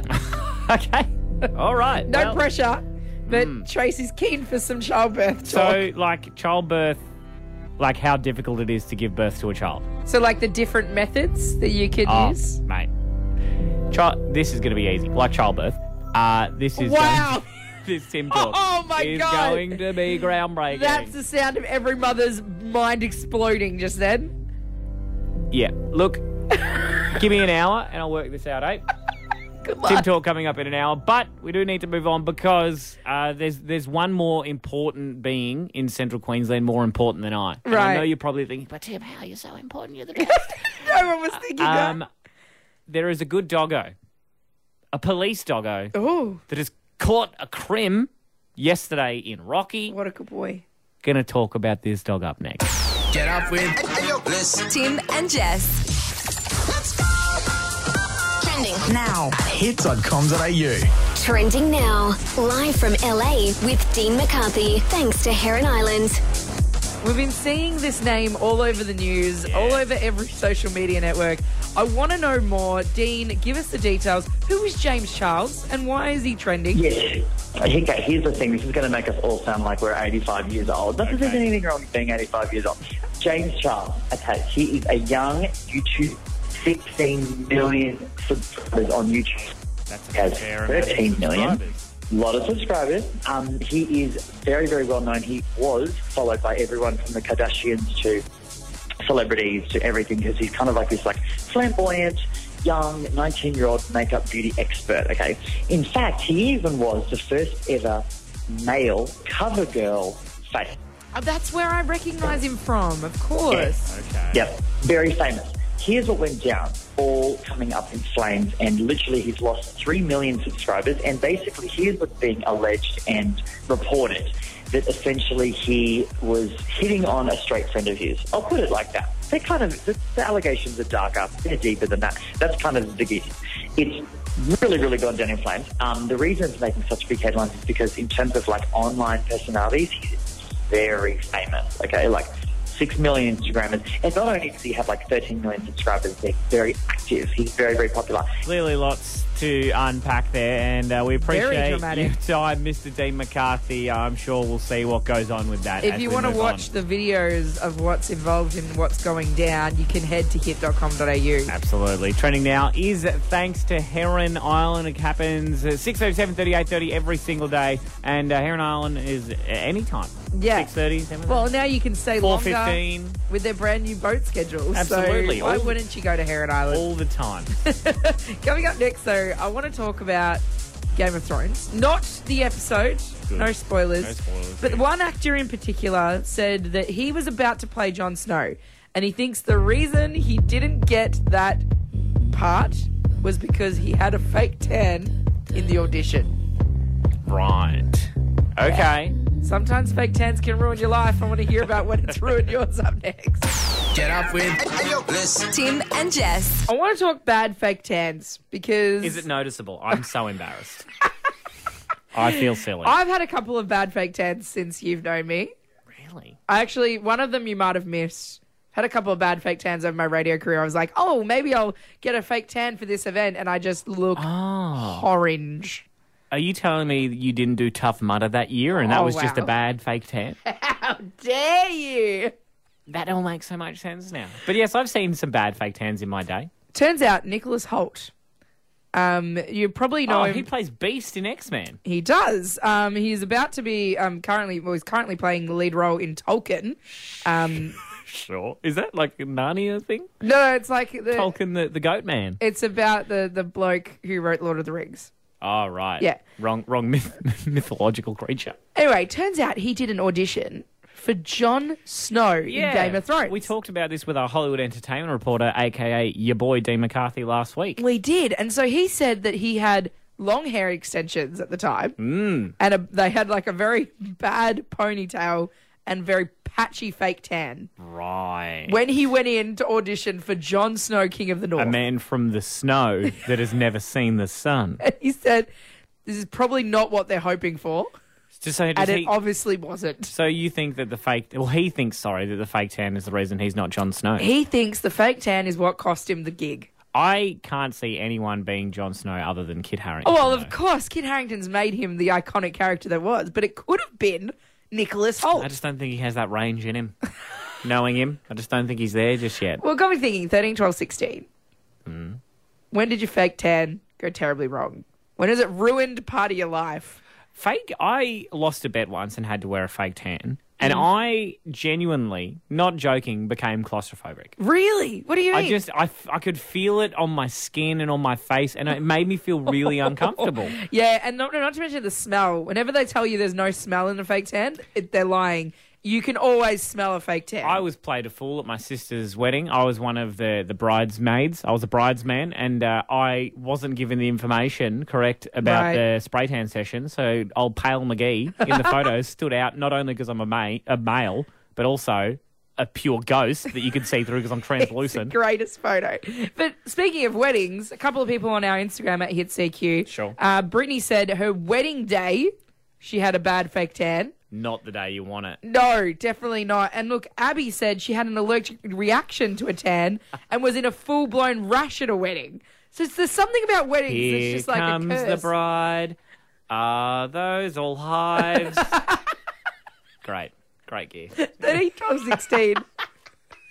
Speaker 1: Okay. All right.
Speaker 2: No
Speaker 1: well- hmm.
Speaker 2: pressure, but Tracy's keen for some childbirth talk.
Speaker 1: So, like childbirth, like how difficult it is to give birth to a child.
Speaker 2: So, like the different methods that you could
Speaker 1: Oh,
Speaker 2: use.
Speaker 1: mate, child. This is going to be easy. Like childbirth. Uh, this is
Speaker 2: Wow.
Speaker 1: going- this Tim talk
Speaker 2: Oh, my
Speaker 1: is
Speaker 2: God.
Speaker 1: going to be groundbreaking.
Speaker 2: That's the sound of every mother's mind exploding just then.
Speaker 1: yeah. Look, give me an hour and I'll work this out, eh?
Speaker 2: Good
Speaker 1: Tim
Speaker 2: luck.
Speaker 1: Talk coming up in an hour, but we do need to move on because uh, there's there's one more important being in Central Queensland more important than I. And I
Speaker 2: Right.
Speaker 1: know you're probably thinking, but Tim, how are you so important? You're the best."
Speaker 2: no one was thinking
Speaker 1: Um, there is a good doggo, a police doggo
Speaker 2: that. Oh,
Speaker 1: that has caught a crim yesterday in Rocky.
Speaker 2: what a good boy.
Speaker 1: Gonna talk about this dog up next.
Speaker 4: Get up with.
Speaker 5: Tim and Jess.
Speaker 4: Now. Hits.com.au.
Speaker 6: Trending now, live from LA with Dean McCarthy, thanks to Heron Island.
Speaker 2: We've been seeing this name all over the news, all over every social media network. I want to know more. Dean, give us the details. Who is James Charles and why is he trending?
Speaker 12: Yes. Okay, here's the thing. This is going to make us all sound like we're 85 years old. Not that there's anything wrong with being 85 years old. James Charles, okay, he is a young YouTube, 16 million subscribers on YouTube.
Speaker 1: That's
Speaker 12: He has 13 million. A lot of subscribers. Um, he is very, very well known. He was followed by everyone from the Kardashians to celebrities to everything because he's kind of like this like flamboyant young 19 year old makeup beauty expert okay in fact he even was the first ever male cover girl face
Speaker 2: Oh, that's where I recognise him from, of course.
Speaker 1: Okay.
Speaker 12: Yep, very famous. Here's what went down, all coming up in flames, and literally he's lost 3 million subscribers. And basically, here's what's being alleged and reported that essentially he was hitting on a straight friend of his. I'll put it like that. They're kind of, the, the allegations are darker, they're deeper than that. That's kind of the gist. It's really, really gone down in flames. Um, the reason it's making such big headlines is because, in terms of like online personalities, he's very famous. Okay, like six million Instagrammers, and not only does he have like thirteen million subscribers, they're very active. He's very, very popular.
Speaker 1: Clearly, lots to unpack there, and uh, we appreciate
Speaker 2: dramatic.
Speaker 1: your time, Mr. Dean McCarthy. Uh, I'm sure we'll see what goes on with that.
Speaker 2: If
Speaker 1: as
Speaker 2: you
Speaker 1: we
Speaker 2: want to
Speaker 1: move on.
Speaker 2: watch the videos of what's involved in what's going down, you can head to hit.com.au.
Speaker 1: Absolutely. Trending now is thanks to Heron Island. It happens uh, 6.07, 38.30 every single day. And uh, Heron Island is uh, anytime.
Speaker 2: Yeah.
Speaker 1: 6.30, 7.30.
Speaker 2: Well, now you can stay longer
Speaker 1: 4.15,
Speaker 2: with their brand new boat schedule.
Speaker 1: Absolutely.
Speaker 2: So why
Speaker 1: All-
Speaker 2: wouldn't you go to Heron Island?
Speaker 1: all the time.
Speaker 2: Coming up next, though, I want to talk about Game of Thrones. Not the episode, no spoilers.
Speaker 1: No spoilers,
Speaker 2: But one actor in particular said that he was about to play Jon Snow, and he thinks the reason he didn't get that part was because he had a fake tan in the audition.
Speaker 1: right. Okay.
Speaker 2: Sometimes fake tans can ruin your life. I want to hear about when it's ruined yours up next.
Speaker 4: Get up with. This.
Speaker 5: Tim and Jess.
Speaker 2: I want to talk bad fake tans because
Speaker 1: Is it noticeable? I'm so embarrassed. I feel silly.
Speaker 2: I've had a couple of bad fake tans since you've known me.
Speaker 1: really?
Speaker 2: I actually, one of them you might have missed. Had a couple of bad fake tans over my radio career. I was like, oh, maybe I'll get a fake tan for this event, and I just look
Speaker 1: Oh.
Speaker 2: orange.
Speaker 1: Are you telling me you didn't do Tough Mudder that year and that
Speaker 2: Oh,
Speaker 1: was just a
Speaker 2: wow.
Speaker 1: bad fake tan?
Speaker 2: How dare you?
Speaker 1: that all makes so much sense now. But yes, I've seen some bad fake tans in my day.
Speaker 2: Turns out Nicholas Holt. Um, you probably know
Speaker 1: Oh,
Speaker 2: him.
Speaker 1: he plays Beast in X-Men.
Speaker 2: He does. Um, he's about to be um, currently. Well, he's currently playing the lead role in Tolkien. Um,
Speaker 1: Sure. Is that like a Narnia thing?
Speaker 2: no, it's like the,
Speaker 1: Tolkien the, the goat man.
Speaker 2: It's about the the bloke who wrote Lord of the Rings.
Speaker 1: Oh, right.
Speaker 2: Yeah.
Speaker 1: Wrong wrong myth, mythological creature.
Speaker 2: Anyway, turns out he did an audition for Jon Snow in Game of Thrones.
Speaker 1: We talked about this with our Hollywood entertainment reporter, aka your boy Dean McCarthy, last week.
Speaker 2: We did. And so he said that he had long hair extensions at the time,
Speaker 1: Mm.
Speaker 2: and a, they had like a very bad ponytail and very patchy fake tan.
Speaker 1: Mm. Right.
Speaker 2: When he went in to audition for Jon Snow, King of the North,
Speaker 1: a man from the snow that has never seen the sun.
Speaker 2: and he said, "This is probably not what they're hoping for,"
Speaker 1: Just so, does
Speaker 2: and
Speaker 1: he,
Speaker 2: it obviously wasn't.
Speaker 1: so you think that the fake? Well, he thinks sorry that the fake tan is the reason he's not Jon Snow.
Speaker 2: He thinks the fake tan is what cost him the gig.
Speaker 1: I can't see anyone being Jon Snow other than Kid Harington.
Speaker 2: Oh, well, of course, Kid Harrington's made him the iconic character that was, but it could have been Nicholas Holt.
Speaker 1: I just don't think he has that range in him. Knowing him, I just don't think he's there just yet.
Speaker 2: Well, it got me thinking 13, 12, 16.
Speaker 1: Mm.
Speaker 2: When did your fake tan go terribly wrong? When has it ruined part of your life?
Speaker 1: Fake, I lost a bet once and had to wear a fake tan, and
Speaker 2: Mm.
Speaker 1: I genuinely, not joking, became claustrophobic.
Speaker 2: Really? What do you mean?
Speaker 1: I just, I, f- I could feel it on my skin and on my face, and it made me feel really uncomfortable.
Speaker 2: Yeah, and not, not to mention the smell. Whenever they tell you there's no smell in a fake tan, it, they're lying. You can always smell a fake tan.
Speaker 1: I was played a fool at my sister's wedding. I was one of the, the bridesmaids. I was a bridesman, and uh, I wasn't given the information correct about
Speaker 2: Right.
Speaker 1: the spray tan session. So old Pale McGee in the photos stood out not only because I'm a, ma- a male, but also a pure ghost that you could see through because I'm translucent.
Speaker 2: greatest photo. But speaking of weddings, a couple of people on our Instagram at HitCQ.
Speaker 1: Sure.
Speaker 2: Uh, Brittany said her wedding day, she had a bad fake tan.
Speaker 1: Not the day you want it.
Speaker 2: No, definitely not. And look, Abby said she had an allergic reaction to a tan and was in a full blown rash at a wedding. So it's, there's something about weddings
Speaker 1: Here
Speaker 2: that's just like
Speaker 1: comes
Speaker 2: a
Speaker 1: the
Speaker 2: curse.
Speaker 1: bride. Are those all hives? Great. Great gear.
Speaker 2: 13, 12, 16.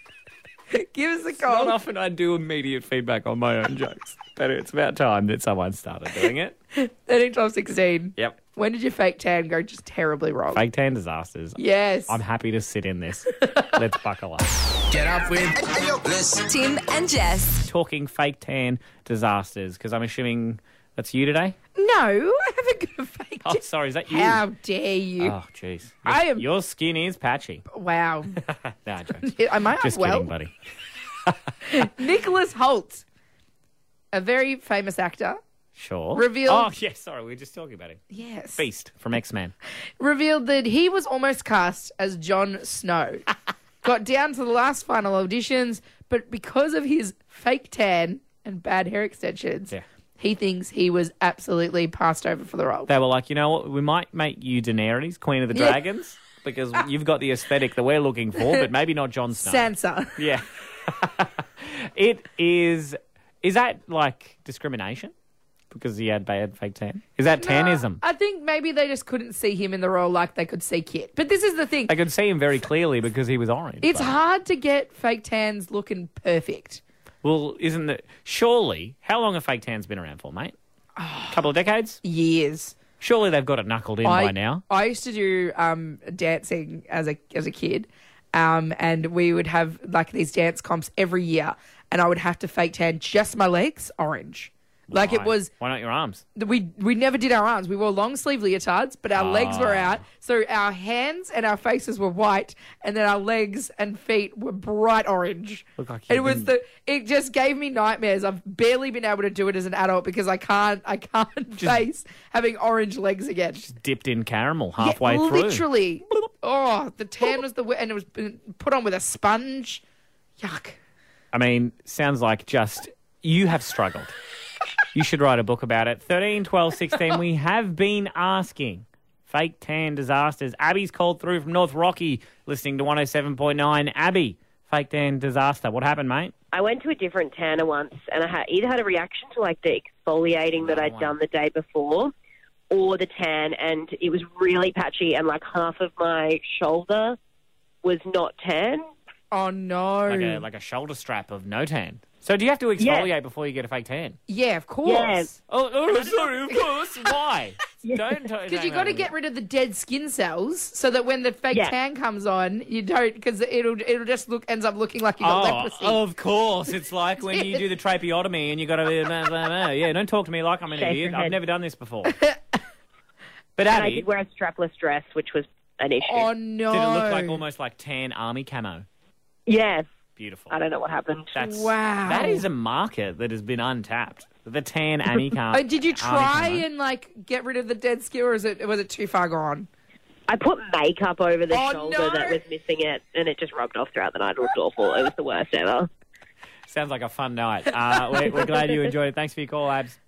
Speaker 2: Give us a call.
Speaker 1: Not often I do immediate feedback on my own jokes, but it's about time that someone started doing it.
Speaker 2: 13, 12, 16.
Speaker 1: Yep.
Speaker 2: When did your fake tan go just terribly wrong?
Speaker 1: Fake tan disasters.
Speaker 2: Yes.
Speaker 1: I'm happy to sit in this. Let's buckle up.
Speaker 4: Get up with
Speaker 5: Tim and Jess.
Speaker 1: Talking fake tan disasters, because I'm assuming that's you today.
Speaker 2: No, I haven't got a fake
Speaker 1: Oh, sorry, is that you?
Speaker 2: How dare you?
Speaker 1: Oh, jeez.
Speaker 2: I
Speaker 1: Your-
Speaker 2: am-
Speaker 1: Your skin is patchy.
Speaker 2: Wow.
Speaker 1: nah, jokes.
Speaker 2: Am I up
Speaker 1: Just
Speaker 2: well?
Speaker 1: kidding, buddy.
Speaker 2: Nicholas Holt, a very famous actor,
Speaker 1: Sure. Oh,
Speaker 2: Revealed-
Speaker 1: yeah, sorry. We were just talking about him.
Speaker 2: Yes.
Speaker 1: Beast from X Men.
Speaker 2: revealed that he was almost cast as Jon Snow. Got down to the last final auditions, but because of his fake tan and bad hair extensions, he thinks he was absolutely passed over for the role.
Speaker 1: They were like, you know what? We might make you Daenerys, Queen of the
Speaker 2: Yeah.
Speaker 1: Dragons, because you've got the aesthetic that we're looking for, but maybe not Jon Snow.
Speaker 2: Sansa.
Speaker 1: Yeah. it is. Is that like discrimination? Because he had bad fake tan? Is that tanism?
Speaker 2: I think maybe they just couldn't see him in the role like they could see Kit. But this is the thing.
Speaker 1: I could see him very clearly because he was orange.
Speaker 2: It's
Speaker 1: but-
Speaker 2: hard to get fake tans looking perfect.
Speaker 1: Well, isn't it? Surely, how long have fake tans been around for, mate? A couple of decades?
Speaker 2: Years.
Speaker 1: Surely they've got it knuckled in by now.
Speaker 2: I used to do um, dancing as a as a kid, um, and we would have like these dance comps every year, and I would have to fake tan just my legs orange, like it
Speaker 1: Why?
Speaker 2: was.
Speaker 1: Why not your arms?
Speaker 2: We we never did our arms. We wore long sleeve leotards, but our legs were
Speaker 1: Ah.
Speaker 2: out, so our hands and our faces were white, and then our legs and feet were bright orange.
Speaker 1: Look like
Speaker 2: It was the. It just gave me nightmares. I've barely been able to do it as an adult because I can't. I can't face having orange legs again.
Speaker 1: dipped in caramel
Speaker 2: Yeah,
Speaker 1: halfway through.
Speaker 2: literally. Oh, the tan was the wo- and it was been put on with a sponge. Yuck.
Speaker 1: I mean, sounds like just you have struggled. you should write a book about it. 13, 12, 16. we have been asking fake tan disasters. Abby's called through from North Rocky listening to 107.9. Abby, fake tan disaster. What happened, mate?
Speaker 13: I went to a different tanner once, and I had, either had a reaction to like the exfoliating that I'd done the day before, or the tan, and it was really patchy, and like half of my shoulder was not tan.
Speaker 2: Oh no.
Speaker 1: Like a, like a shoulder strap of no tan. So do you have to
Speaker 13: Yeah.
Speaker 1: exfoliate before you get a fake tan?
Speaker 2: Yeah, of course.
Speaker 1: Oh, oh sorry, of course. Why? Don't
Speaker 2: Because you got to get rid of the dead skin cells so that when the fake
Speaker 1: Yeah.
Speaker 2: tan comes on, you don't because it'll it'll just look ends up looking like you got
Speaker 1: Oh,
Speaker 2: leprosy.
Speaker 1: of course. It's like when you do the tracheotomy and you got to be, blah, blah, blah. yeah, don't talk to me like I'm an
Speaker 13: Shake
Speaker 1: idiot.
Speaker 13: your
Speaker 1: I've
Speaker 13: head.
Speaker 1: never done this before.
Speaker 13: But and I
Speaker 1: Abby-
Speaker 13: did wear a strapless dress, which was an issue.
Speaker 2: Oh,
Speaker 14: Oh.
Speaker 1: Did it look like almost like tan army camo?
Speaker 13: Yes.
Speaker 1: Beautiful.
Speaker 13: I don't know what happened.
Speaker 1: That's
Speaker 13: Wow.
Speaker 1: That is a market that has been untapped. The tan Annie can't.
Speaker 2: Oh, did you
Speaker 1: Annie
Speaker 2: try
Speaker 1: can't.
Speaker 2: and like get rid of the dead skin, or is it was it too far gone?
Speaker 13: I put makeup over the
Speaker 2: Oh,
Speaker 13: shoulder
Speaker 2: no.
Speaker 13: that was missing it, and it just rubbed off throughout the night. It looked awful. It was the worst ever.
Speaker 1: Sounds like a fun night. Uh, we're, we're glad you enjoyed it. Thanks for your call, Abs.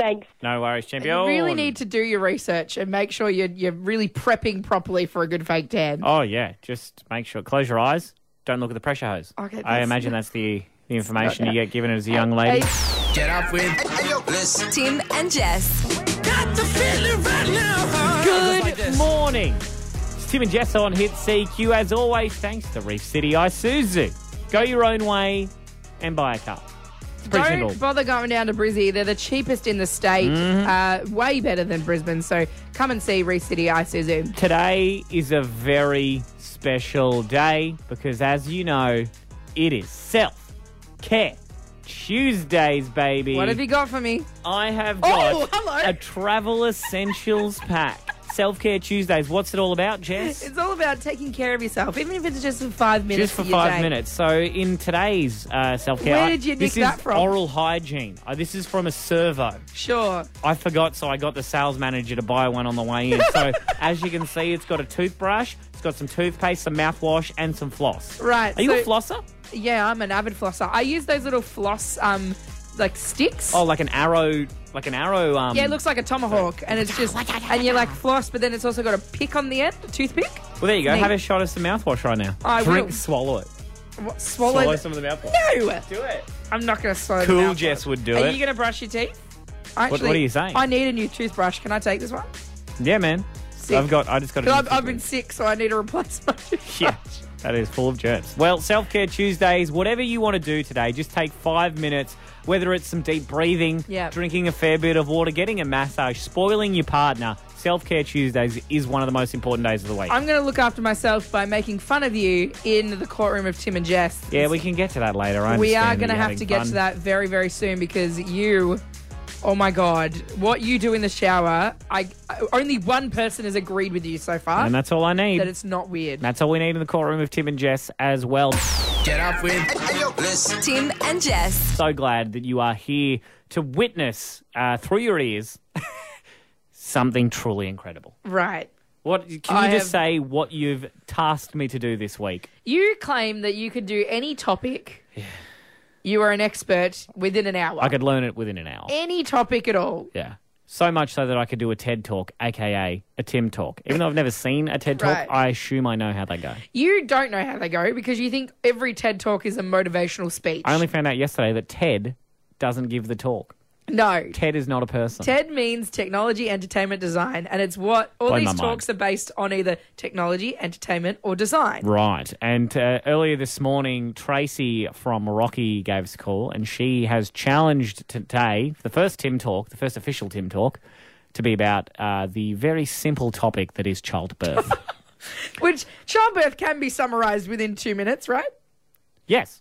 Speaker 13: Thanks.
Speaker 1: No worries, champion.
Speaker 2: You really need to do your research and make sure you're you're really prepping properly for a good fake tan.
Speaker 1: Oh yeah, just make sure. Close your eyes. Don't look at the pressure hose.
Speaker 2: Okay,
Speaker 1: I
Speaker 2: that's-
Speaker 1: imagine that's the the information you get given as a young lady.
Speaker 4: Get up with this.
Speaker 5: Tim and Jess. Got the feeling right now.
Speaker 1: Good morning. It's Tim and Jess on Hit CQ. As always, thanks to Reef City Isuzu. Go your own way and buy a car. It's pretty
Speaker 2: Don't
Speaker 1: simple.
Speaker 2: bother going down to Brizzy. They're the cheapest in the state,
Speaker 1: Mhm.
Speaker 2: uh, way better than Brisbane. So come and see Reece City Isuzu.
Speaker 1: Today is a very special day because, as you know, it is Self Care Tuesdays, baby.
Speaker 2: What have you got for me?
Speaker 1: I have got
Speaker 2: Oh, hello.
Speaker 1: a travel essentials pack. Self Care Tuesdays. What's it all about, Jess?
Speaker 2: It's all about taking care of yourself, even if it's just for five minutes.
Speaker 1: Just for
Speaker 2: of your
Speaker 1: five
Speaker 2: day.
Speaker 1: minutes. So in today's uh, self care,
Speaker 2: Where did you
Speaker 1: this
Speaker 2: nick that
Speaker 1: is
Speaker 2: from?
Speaker 1: oral hygiene. Uh, this is from a servo.
Speaker 2: Sure.
Speaker 1: I forgot, so I got the sales manager to buy one on the way in. So as you can see, it's got a toothbrush, it's got some toothpaste, some mouthwash, and some floss.
Speaker 2: Right.
Speaker 1: Are you a
Speaker 2: so-
Speaker 1: flosser?
Speaker 2: Yeah, I'm an avid flosser. I use those little floss, um, like sticks.
Speaker 1: Oh, like an arrow, like an arrow. Um,
Speaker 2: yeah, it looks like a tomahawk, and it's just and you're like floss, but then it's also got a pick on the end, a toothpick.
Speaker 1: Well, there you go.
Speaker 2: Neat.
Speaker 1: Have a shot of some mouthwash right now.
Speaker 2: I
Speaker 1: Drink,
Speaker 2: will.
Speaker 1: swallow it.
Speaker 2: What, swallow,
Speaker 1: Swallow
Speaker 2: the-
Speaker 1: some of the mouthwash.
Speaker 2: No,
Speaker 1: do it.
Speaker 2: I'm not going to swallow. the
Speaker 1: Cool
Speaker 2: mouthwash.
Speaker 1: Jess would do
Speaker 2: are
Speaker 1: it.
Speaker 2: you going to brush your teeth?
Speaker 1: what are you saying?
Speaker 2: I need a new toothbrush. Can I take this one?
Speaker 1: yeah, man.
Speaker 2: Sick.
Speaker 1: I've got. I just got.
Speaker 2: 'Cause I've, I've been sick, so I need to replace my toothbrush.
Speaker 1: Yeah, that is full of germs. Well, Self Care Tuesdays, whatever you want to do today, just take five minutes, whether it's some deep breathing,
Speaker 2: Yeah.
Speaker 1: drinking a fair bit of water, getting a massage, spoiling your partner. Self Care Tuesdays is one of the most important days of the week.
Speaker 2: I'm going to look after myself by making fun of you in the courtroom of Tim and Jess.
Speaker 1: yeah, we can get to that later. I
Speaker 2: we are
Speaker 1: understand
Speaker 2: going to
Speaker 1: you're
Speaker 2: have
Speaker 1: having
Speaker 2: to get
Speaker 1: fun.
Speaker 2: to that very, very soon because you, oh my God, what you do in the shower, I only one person has agreed with you so far.
Speaker 1: And that's all I need.
Speaker 2: That it's not weird.
Speaker 1: That's all we need in the courtroom of Tim and Jess as well.
Speaker 4: Get up with this.
Speaker 5: Tim and Jess.
Speaker 1: So glad that you are here to witness uh, through your ears something truly incredible.
Speaker 2: Right.
Speaker 1: What can you
Speaker 2: I
Speaker 1: just
Speaker 2: have-
Speaker 1: say? What you've tasked me to do this week?
Speaker 2: You claim that you could do any topic. You are an expert within an hour.
Speaker 1: I could learn it within an hour.
Speaker 2: Any topic at all.
Speaker 1: Yeah. So much so that I could do a TED talk, aka a Tim talk. Even though I've never seen a TED talk,
Speaker 2: Right.
Speaker 1: I assume I know how they go.
Speaker 2: You don't know how they go because you think every TED talk is a motivational speech.
Speaker 1: I only found out yesterday that TED doesn't give the talk.
Speaker 2: No.
Speaker 1: TED is not a person.
Speaker 2: TED means technology, entertainment, design, and it's what all
Speaker 1: Blow my
Speaker 2: these
Speaker 1: mind.
Speaker 2: talks are based on either technology, entertainment, or design.
Speaker 1: Right. And uh, earlier this morning, Tracy from Rocky gave us a call, and she has challenged today, the first Tim talk, the first official Tim talk, to be about uh, the very simple topic that is childbirth.
Speaker 2: Which childbirth can be summarized within two minutes, right?
Speaker 1: yes.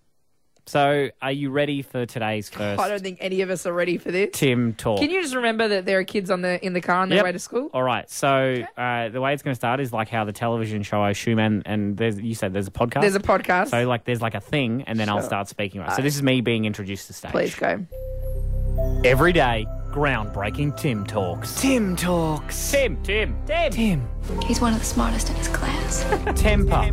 Speaker 1: So are you ready for today's first
Speaker 2: I don't think any of us are ready for this.
Speaker 1: Tim talk?
Speaker 2: Can you just remember that there are kids on the in the car on their
Speaker 1: Yep.
Speaker 2: way to school?
Speaker 1: All right. So uh, the way it's going to start is like how the television show, I assume, and, and there's, you said there's a podcast.
Speaker 2: There's a podcast.
Speaker 1: So like there's like a thing, and then I'll
Speaker 2: Sure.
Speaker 1: start speaking. Right.
Speaker 2: All
Speaker 1: So
Speaker 2: right.
Speaker 1: this is me being introduced to stage.
Speaker 2: Please go.
Speaker 1: Every day, groundbreaking Tim talks. Tim talks. Tim. Tim. Tim. Tim.
Speaker 9: He's one of the smartest in his class.
Speaker 1: Temper.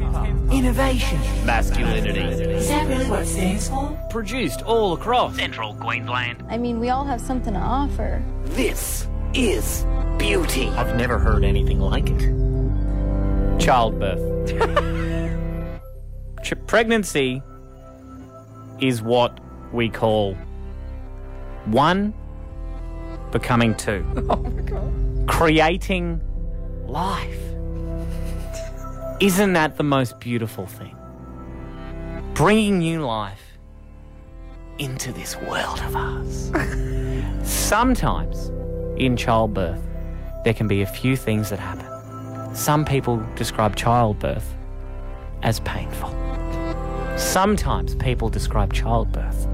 Speaker 9: Innovation.
Speaker 1: Masculinity.
Speaker 9: Is that really what it stands for?
Speaker 1: Produced all across central Queensland.
Speaker 10: I mean, we all have something to offer.
Speaker 8: This is beauty.
Speaker 1: I've never heard anything like it. Childbirth. Ch- pregnancy is what we call one becoming two.
Speaker 2: Oh my god.
Speaker 1: Creating life. Isn't that the most beautiful thing? Bringing new life into this world of ours. Sometimes in childbirth, there can be a few things that happen. Some people describe childbirth as painful. Sometimes people describe childbirth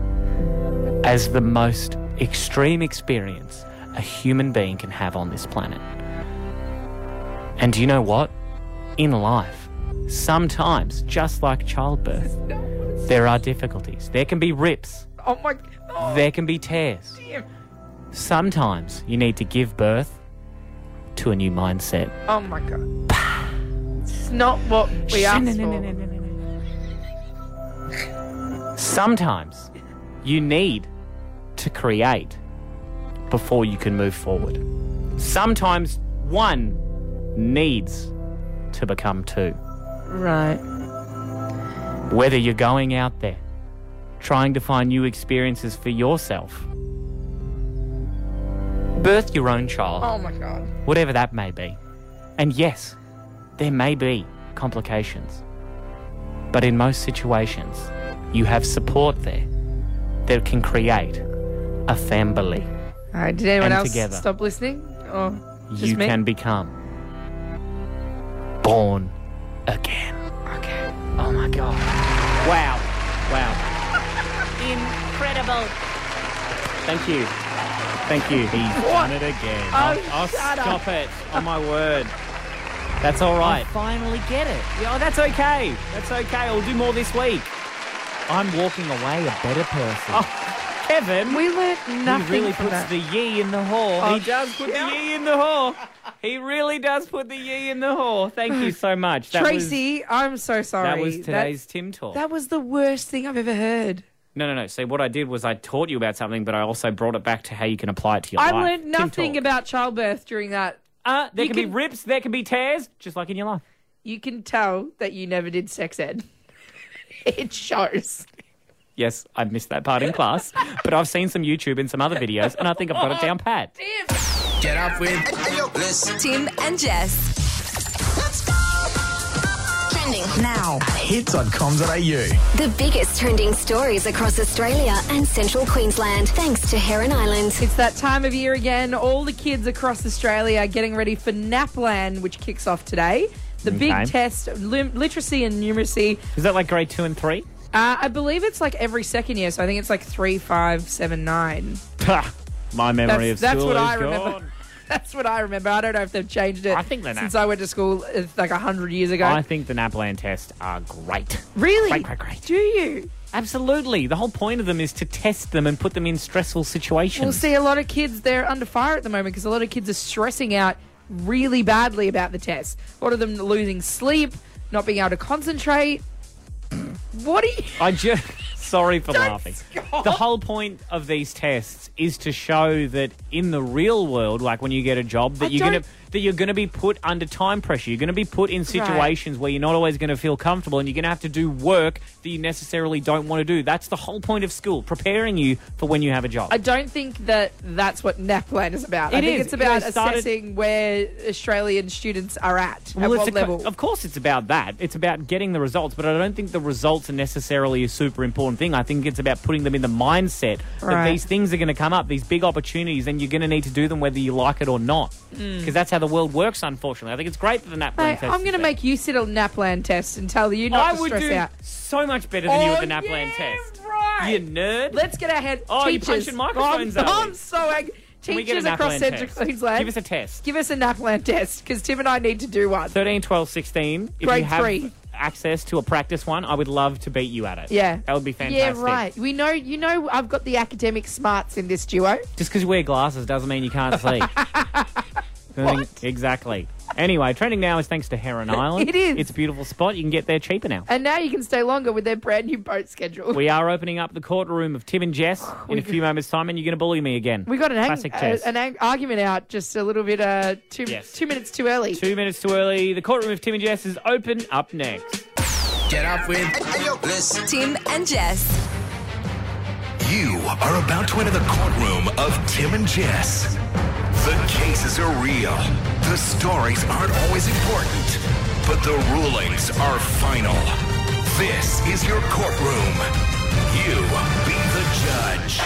Speaker 1: as the most extreme experience a human being can have on this planet. And do you know what? In life, sometimes, just like childbirth, there are difficulties. There can be rips,
Speaker 2: Oh my. Oh,
Speaker 1: there can be tears,
Speaker 2: damn.
Speaker 1: Sometimes you need to give birth to a new mindset.
Speaker 2: Oh my god. It's not what we asked for.
Speaker 1: Sometimes you need to create before you can move forward. Sometimes one needs to become two.
Speaker 2: Right.
Speaker 1: Whether you're going out there trying to find new experiences for yourself, birth your own child,
Speaker 2: Oh my god.
Speaker 1: whatever that may be. And yes, there may be complications, but in most situations, you have support there that can create a family.
Speaker 2: All right. Did anyone
Speaker 1: And
Speaker 2: else
Speaker 1: together.
Speaker 2: stop listening? Or just
Speaker 1: you
Speaker 2: me?
Speaker 1: can become born again.
Speaker 2: Okay.
Speaker 1: Oh my God. Wow. Wow. Incredible. Thank you. Thank you. He's done it again.
Speaker 5: Oh,
Speaker 1: I'll, I'll
Speaker 5: shut
Speaker 1: stop
Speaker 5: up.
Speaker 1: it. Oh my word. That's all right.
Speaker 5: finally get it.
Speaker 1: Yeah, oh, that's okay. That's okay. I'll do more this week. I'm walking away a better person. Oh, Kevin.
Speaker 2: We learned nothing
Speaker 1: He really
Speaker 2: from
Speaker 1: puts
Speaker 2: that.
Speaker 1: the ye in the whore.
Speaker 2: Oh,
Speaker 1: he does put
Speaker 2: yeah.
Speaker 1: the ye in the whore. He really does put the ye in the whore. Thank you so much. That
Speaker 2: Tracy, I'm so
Speaker 1: was,
Speaker 2: sorry.
Speaker 1: that was today's Tim Talk.
Speaker 2: That was the worst thing I've ever heard.
Speaker 1: No, no, no. See, what I did was I taught you about something, but I also brought it back to how you can apply it to your
Speaker 2: I
Speaker 1: life.
Speaker 2: learned
Speaker 1: Tim
Speaker 2: nothing
Speaker 1: Talk.
Speaker 2: about childbirth during that.
Speaker 1: Uh, there can, be rips, there can be tears, just like in your life.
Speaker 2: You can tell that you never did sex ed. it shows.
Speaker 1: Yes, I missed that part in class, but I've seen some YouTube and some other videos, and I think I've got it down pat.
Speaker 4: Get up with Bliss.
Speaker 15: Tim and Jess.
Speaker 6: Trending now.
Speaker 16: Hits.com.au.
Speaker 6: The biggest trending stories across Australia and central Queensland, thanks to Heron Island.
Speaker 2: It's that time of year again. All the kids across Australia are getting ready for NAPLAN, which kicks off today. The
Speaker 1: Okay.
Speaker 2: big test, lim- literacy and numeracy.
Speaker 1: Is that like grade two and three?
Speaker 2: Uh, I believe it's like every second year, so I think it's like three, five, seven, nine.
Speaker 1: Ha! My memory
Speaker 2: that's,
Speaker 1: of
Speaker 2: that's
Speaker 1: school
Speaker 2: what
Speaker 1: is
Speaker 2: I
Speaker 1: gone.
Speaker 2: remember. That's what I remember. I don't know if they've changed it. I think
Speaker 1: they know.
Speaker 2: since I went to school uh, like hundred years ago.
Speaker 1: I think the NAPLAN tests are great.
Speaker 2: Really?
Speaker 1: Great, great, great.
Speaker 2: Do you?
Speaker 1: Absolutely. The whole point of them is to test them and put them in stressful situations.
Speaker 2: We'll see a lot of kids, they're under fire at the moment because a lot of kids are stressing out really badly about the test. A lot of them losing sleep, not being able to concentrate. What are you.
Speaker 1: I just sorry for laughing. The whole point of these tests is to show that in the real world, like when you get a job, that
Speaker 2: I
Speaker 1: you're gonna
Speaker 2: don't-
Speaker 1: that you're gonna be put under time pressure. You're gonna be put in situations where you're not always gonna feel comfortable, and you're gonna have to do work that you necessarily don't want to do. That's the whole point of school, preparing you for when you have a job.
Speaker 2: I don't think that that's what NAPLAN is about. I
Speaker 1: It
Speaker 2: think
Speaker 1: is.
Speaker 2: it's about
Speaker 1: They started-
Speaker 2: assessing where Australian students are at, at
Speaker 1: it's
Speaker 2: what
Speaker 1: a co-
Speaker 2: level.
Speaker 1: Of course, it's about that. It's about getting the results, but I don't think the results are necessarily a super important thing. I think it's about putting them in the mindset that
Speaker 2: Right.
Speaker 1: these things are going to come up, these big opportunities, and you're going to need to do them whether you like it or not.
Speaker 2: Mm.
Speaker 1: Because that's how the world works, unfortunately. I think it's great that the NAPLAN
Speaker 2: Hey,
Speaker 1: test.
Speaker 2: I'm going to make you sit a NAPLAN test and tell you not
Speaker 1: I
Speaker 2: to
Speaker 1: would
Speaker 2: stress
Speaker 1: do
Speaker 2: out.
Speaker 1: so much better than you
Speaker 2: Oh,
Speaker 1: at the NAPLAN test. You nerd.
Speaker 2: Let's get our head.
Speaker 1: Oh, you're
Speaker 2: teachers.
Speaker 1: punching microphones,
Speaker 2: I'm,
Speaker 1: are we?
Speaker 2: I'm so angry.
Speaker 1: Can we get
Speaker 2: Teachers
Speaker 1: a
Speaker 2: across
Speaker 1: NAPLAN
Speaker 2: Central
Speaker 1: test?
Speaker 2: Queensland.
Speaker 1: Give us a test.
Speaker 2: Give us a NAPLAN test because Tim and I need to do one.
Speaker 1: 13, 12, 16. If
Speaker 2: Grade
Speaker 1: you have
Speaker 2: three.
Speaker 1: access to a practice one, I would love to beat you at it.
Speaker 2: Yeah.
Speaker 1: That would be fantastic.
Speaker 2: Yeah, right. We know, you know, I've got the academic smarts in this duo.
Speaker 1: Just because you wear glasses doesn't mean you can't see. what? Exactly. Anyway, trending now is thanks to Heron Island.
Speaker 2: It is.
Speaker 1: It's a beautiful spot. You can get there cheaper now.
Speaker 2: And now you can stay longer with their brand new boat schedule.
Speaker 1: We are opening up the courtroom of Tim and Jess in a few moments' time, and you're going to bully me again.
Speaker 2: We got an, ang-
Speaker 1: classic
Speaker 2: uh,
Speaker 1: Jess.
Speaker 2: an ang- argument out just a little bit, uh, two, two minutes too early.
Speaker 1: Two minutes too early. The courtroom of Tim and Jess is open up next.
Speaker 4: Get up with Bliss.
Speaker 15: Tim and Jess.
Speaker 16: You are about to enter the courtroom of Tim and Jess. The cases are real. The stories aren't always important, but the rulings are final. This is your courtroom. You be the judge.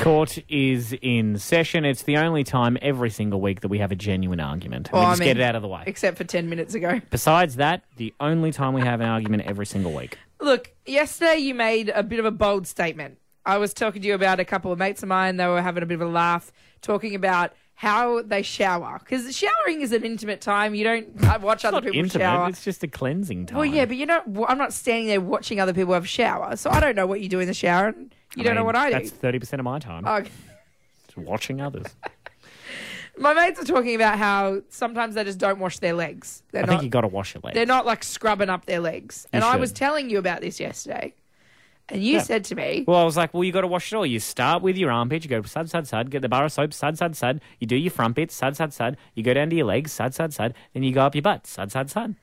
Speaker 1: Court is in session. It's the only time every single week that we have a genuine argument.
Speaker 2: Well,
Speaker 1: we
Speaker 2: I
Speaker 1: just get
Speaker 2: mean,
Speaker 1: it out of the way.
Speaker 2: Except for 10 minutes ago.
Speaker 1: Besides that, the only time we have an argument every single week.
Speaker 2: Look, yesterday you made a bit of a bold statement. I was talking to you about a couple of mates of mine. They were having a bit of a laugh, talking about how they shower. Because showering is an intimate time. You don't uh, watch other
Speaker 1: Not
Speaker 2: people
Speaker 1: intimate.
Speaker 2: shower.
Speaker 1: It's just a cleansing time.
Speaker 2: Well, yeah, but you know, I'm not standing there watching other people have a shower. So I don't know what you do in the shower. And you
Speaker 1: I
Speaker 2: don't know
Speaker 1: mean,
Speaker 2: what I do.
Speaker 1: That's thirty percent of my time.
Speaker 2: Okay.
Speaker 1: Just watching others.
Speaker 2: My mates are talking about how sometimes they just don't wash their legs. They're
Speaker 1: I
Speaker 2: not,
Speaker 1: think you got to wash your legs.
Speaker 2: They're not like scrubbing up their legs.
Speaker 1: You
Speaker 2: and I
Speaker 1: should.
Speaker 2: was telling you about this yesterday, and you
Speaker 1: Yeah.
Speaker 2: said to me,
Speaker 1: Well, I was like, well, you got to wash it all. You start with your armpit, you go sud, sud, sud, get the bar of soap, sud, sud, sud. You do your front bit, sud, sud, sud. You go down to your legs, sud, sud, sud. Then you go up your butt, sud, sud, sud.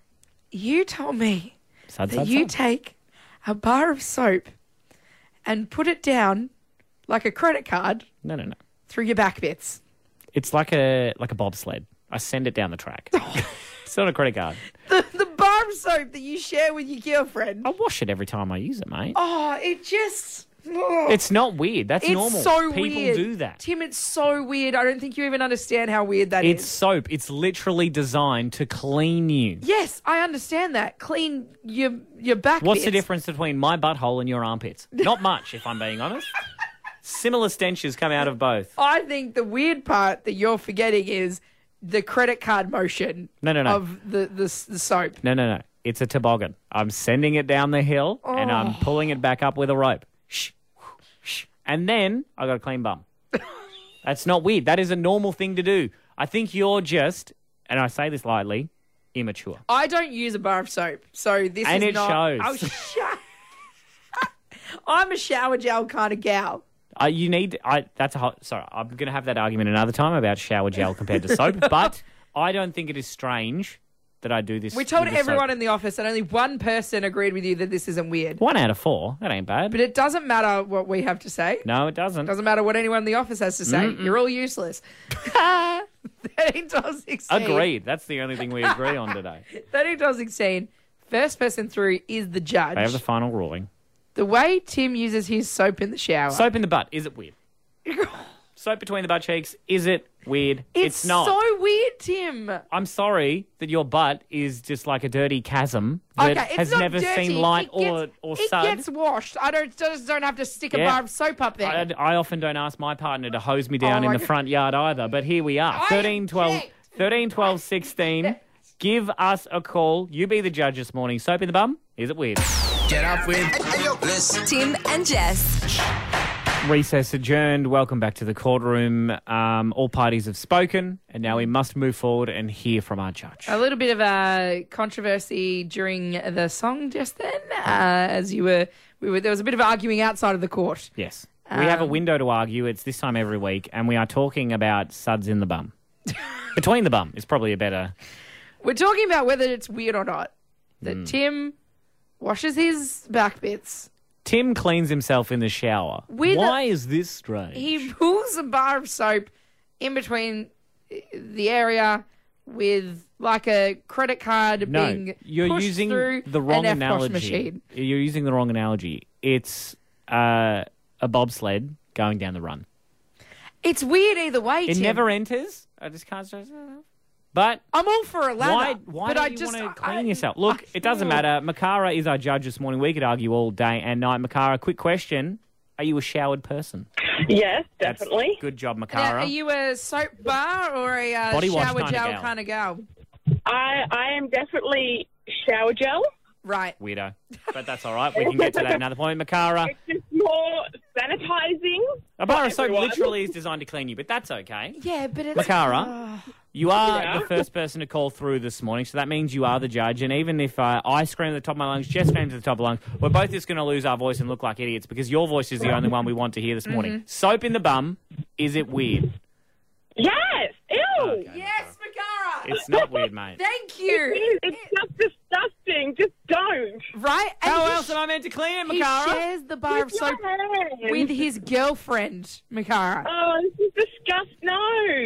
Speaker 2: "You told me
Speaker 1: Sud,
Speaker 2: that
Speaker 1: sud,
Speaker 2: you
Speaker 1: sud.
Speaker 2: take a bar of soap and put it down like a credit card
Speaker 1: no, no, no.
Speaker 2: through your back bits."
Speaker 1: It's like a like a bobsled. I send it down the track. it's not a credit card.
Speaker 2: The, the bar of soap that you share with your girlfriend.
Speaker 1: I wash it every time I use it, mate.
Speaker 2: Oh, it just. oh.
Speaker 1: It's not weird. That's
Speaker 2: it's
Speaker 1: normal.
Speaker 2: so
Speaker 1: People
Speaker 2: weird.
Speaker 1: do that.
Speaker 2: Tim, it's so weird. I don't think you even understand how weird that is.
Speaker 1: It's soap. It's literally designed to clean you.
Speaker 2: Yes, I understand that. Clean your your back.
Speaker 1: What's the
Speaker 2: bits.
Speaker 1: difference between my butthole and your armpits? Not much, if I'm being honest. Similar stenches come out of both.
Speaker 2: I think the weird part that you're forgetting is the credit card motion.
Speaker 1: No, no, no.
Speaker 2: Of the the, s- the soap.
Speaker 1: No, no, no. It's a toboggan. I'm sending it down the hill and I'm
Speaker 2: Oh.
Speaker 1: pulling it back up with a rope. Shh, shh. And then I got a clean bum. That's not weird. That is a normal thing to do. I think you're just, and I say this lightly, immature.
Speaker 2: I don't use a bar of soap, so this
Speaker 1: And
Speaker 2: is
Speaker 1: it
Speaker 2: not.
Speaker 1: shows.
Speaker 2: Oh, shut. I'm a shower gel kind of gal.
Speaker 1: Uh, you need. I. That's a. Whole, sorry, I'm going to have that argument another time about shower gel compared to soap. but I don't think it is strange that I do this.
Speaker 2: We told
Speaker 1: with the soap.
Speaker 2: everyone in the office, and only one person agreed with you that this isn't weird.
Speaker 1: One out of four. That ain't bad.
Speaker 2: But it doesn't matter what we have to say.
Speaker 1: no, it doesn't.
Speaker 2: Doesn't matter what anyone in the office has to say.
Speaker 1: Mm-mm.
Speaker 2: You're all useless. Thirteen dollars sixteen.
Speaker 1: Agreed. That's the only thing we agree on today.
Speaker 2: Thirteen dollars sixteen. First person through is the judge.
Speaker 1: I have the final ruling.
Speaker 2: The way Tim uses his soap in the shower.
Speaker 1: Soap in the butt. Is it weird? soap between the butt cheeks. Is it weird?
Speaker 2: It's,
Speaker 1: It's, not.
Speaker 2: so weird, Tim.
Speaker 1: I'm sorry that your butt is just like a dirty chasm that
Speaker 2: okay, it's
Speaker 1: has
Speaker 2: not
Speaker 1: never
Speaker 2: dirty.
Speaker 1: seen light
Speaker 2: it gets,
Speaker 1: or or
Speaker 2: it
Speaker 1: sun.
Speaker 2: gets washed. I don't just don't have to stick a
Speaker 1: Yeah.
Speaker 2: bar of soap up there.
Speaker 1: I, I often don't ask my partner to hose me down in
Speaker 2: Oh my
Speaker 1: the
Speaker 2: God.
Speaker 1: front yard either, but here we are. 13, 12, 13, 12, 16. Give us a call. You be the judge this morning. Soap in the bum? Is it weird?
Speaker 4: Get up with Bliss.
Speaker 15: Tim and Jess.
Speaker 1: Recess adjourned. Welcome back to the courtroom. Um, all parties have spoken, and now we
Speaker 2: Mm.
Speaker 1: must move forward and hear from our judge.
Speaker 2: A little bit of a controversy during the song just then, uh, as you were, we were, there was a bit of arguing outside of the court.
Speaker 1: Yes. we have a
Speaker 2: Um,
Speaker 1: window to argue. It's this time every week, and we are talking about suds in the bum. Between the bum is probably a better.
Speaker 2: We're talking about whether it's weird or not that
Speaker 1: Mm.
Speaker 2: Tim washes his back bits.
Speaker 1: Tim cleans himself in the shower.
Speaker 2: With a-
Speaker 1: Why is this strange?
Speaker 2: He pulls a bar of soap in between uh, the area with like a credit card
Speaker 1: No,
Speaker 2: being
Speaker 1: you're
Speaker 2: pushed
Speaker 1: using
Speaker 2: through
Speaker 1: the wrong
Speaker 2: an F-wash
Speaker 1: analogy.
Speaker 2: machine.
Speaker 1: You're using the wrong analogy. It's uh, a bobsled going down the run.
Speaker 2: It's weird either way.
Speaker 1: It
Speaker 2: Tim.
Speaker 1: never enters. I just can't stress it enough. But
Speaker 2: I'm all for a ladder.
Speaker 1: Why, why
Speaker 2: but
Speaker 1: do
Speaker 2: I
Speaker 1: you
Speaker 2: just
Speaker 1: want to clean yourself? Look, it doesn't matter. Makara is our judge this morning. We could argue all day and night. Makara, quick question: Are you a showered person?
Speaker 17: Yes,
Speaker 1: That's-
Speaker 17: definitely.
Speaker 1: good job,
Speaker 2: Now,
Speaker 1: Makara.
Speaker 2: are you a soap bar or a uh,
Speaker 1: Body wash
Speaker 2: shower
Speaker 1: kinda
Speaker 2: gel
Speaker 1: gal.
Speaker 2: kind of gal?
Speaker 17: I I am definitely shower gel.
Speaker 2: Right.
Speaker 1: Weirdo. But that's all right. We can get to that another point. Makara,
Speaker 17: It's more sanitizing.
Speaker 1: a bar of soap
Speaker 17: Everyone.
Speaker 1: literally is designed to clean you, but that's okay.
Speaker 2: Yeah, but it's
Speaker 1: Makara, You are
Speaker 17: Yeah.
Speaker 1: the first person to call through this morning, so that means you are the judge. And even if uh, I scream at the top of my lungs, Jess screams at the top of her lungs, we're both just going to lose our voice and look like idiots because your voice is the only one we want to hear this morning.
Speaker 2: Mhm.
Speaker 1: Soap in the bum, is it weird?
Speaker 17: Yes. Ew.
Speaker 2: yes, Makara.
Speaker 1: It's not weird, mate.
Speaker 2: Thank you.
Speaker 17: It is. It's just disgusting. Just don't.
Speaker 2: Right?
Speaker 1: How else am I meant to clean it,
Speaker 2: He
Speaker 1: Makara?
Speaker 2: shares the bar of soap with his girlfriend, Makara.
Speaker 17: Oh, this is disgust. No,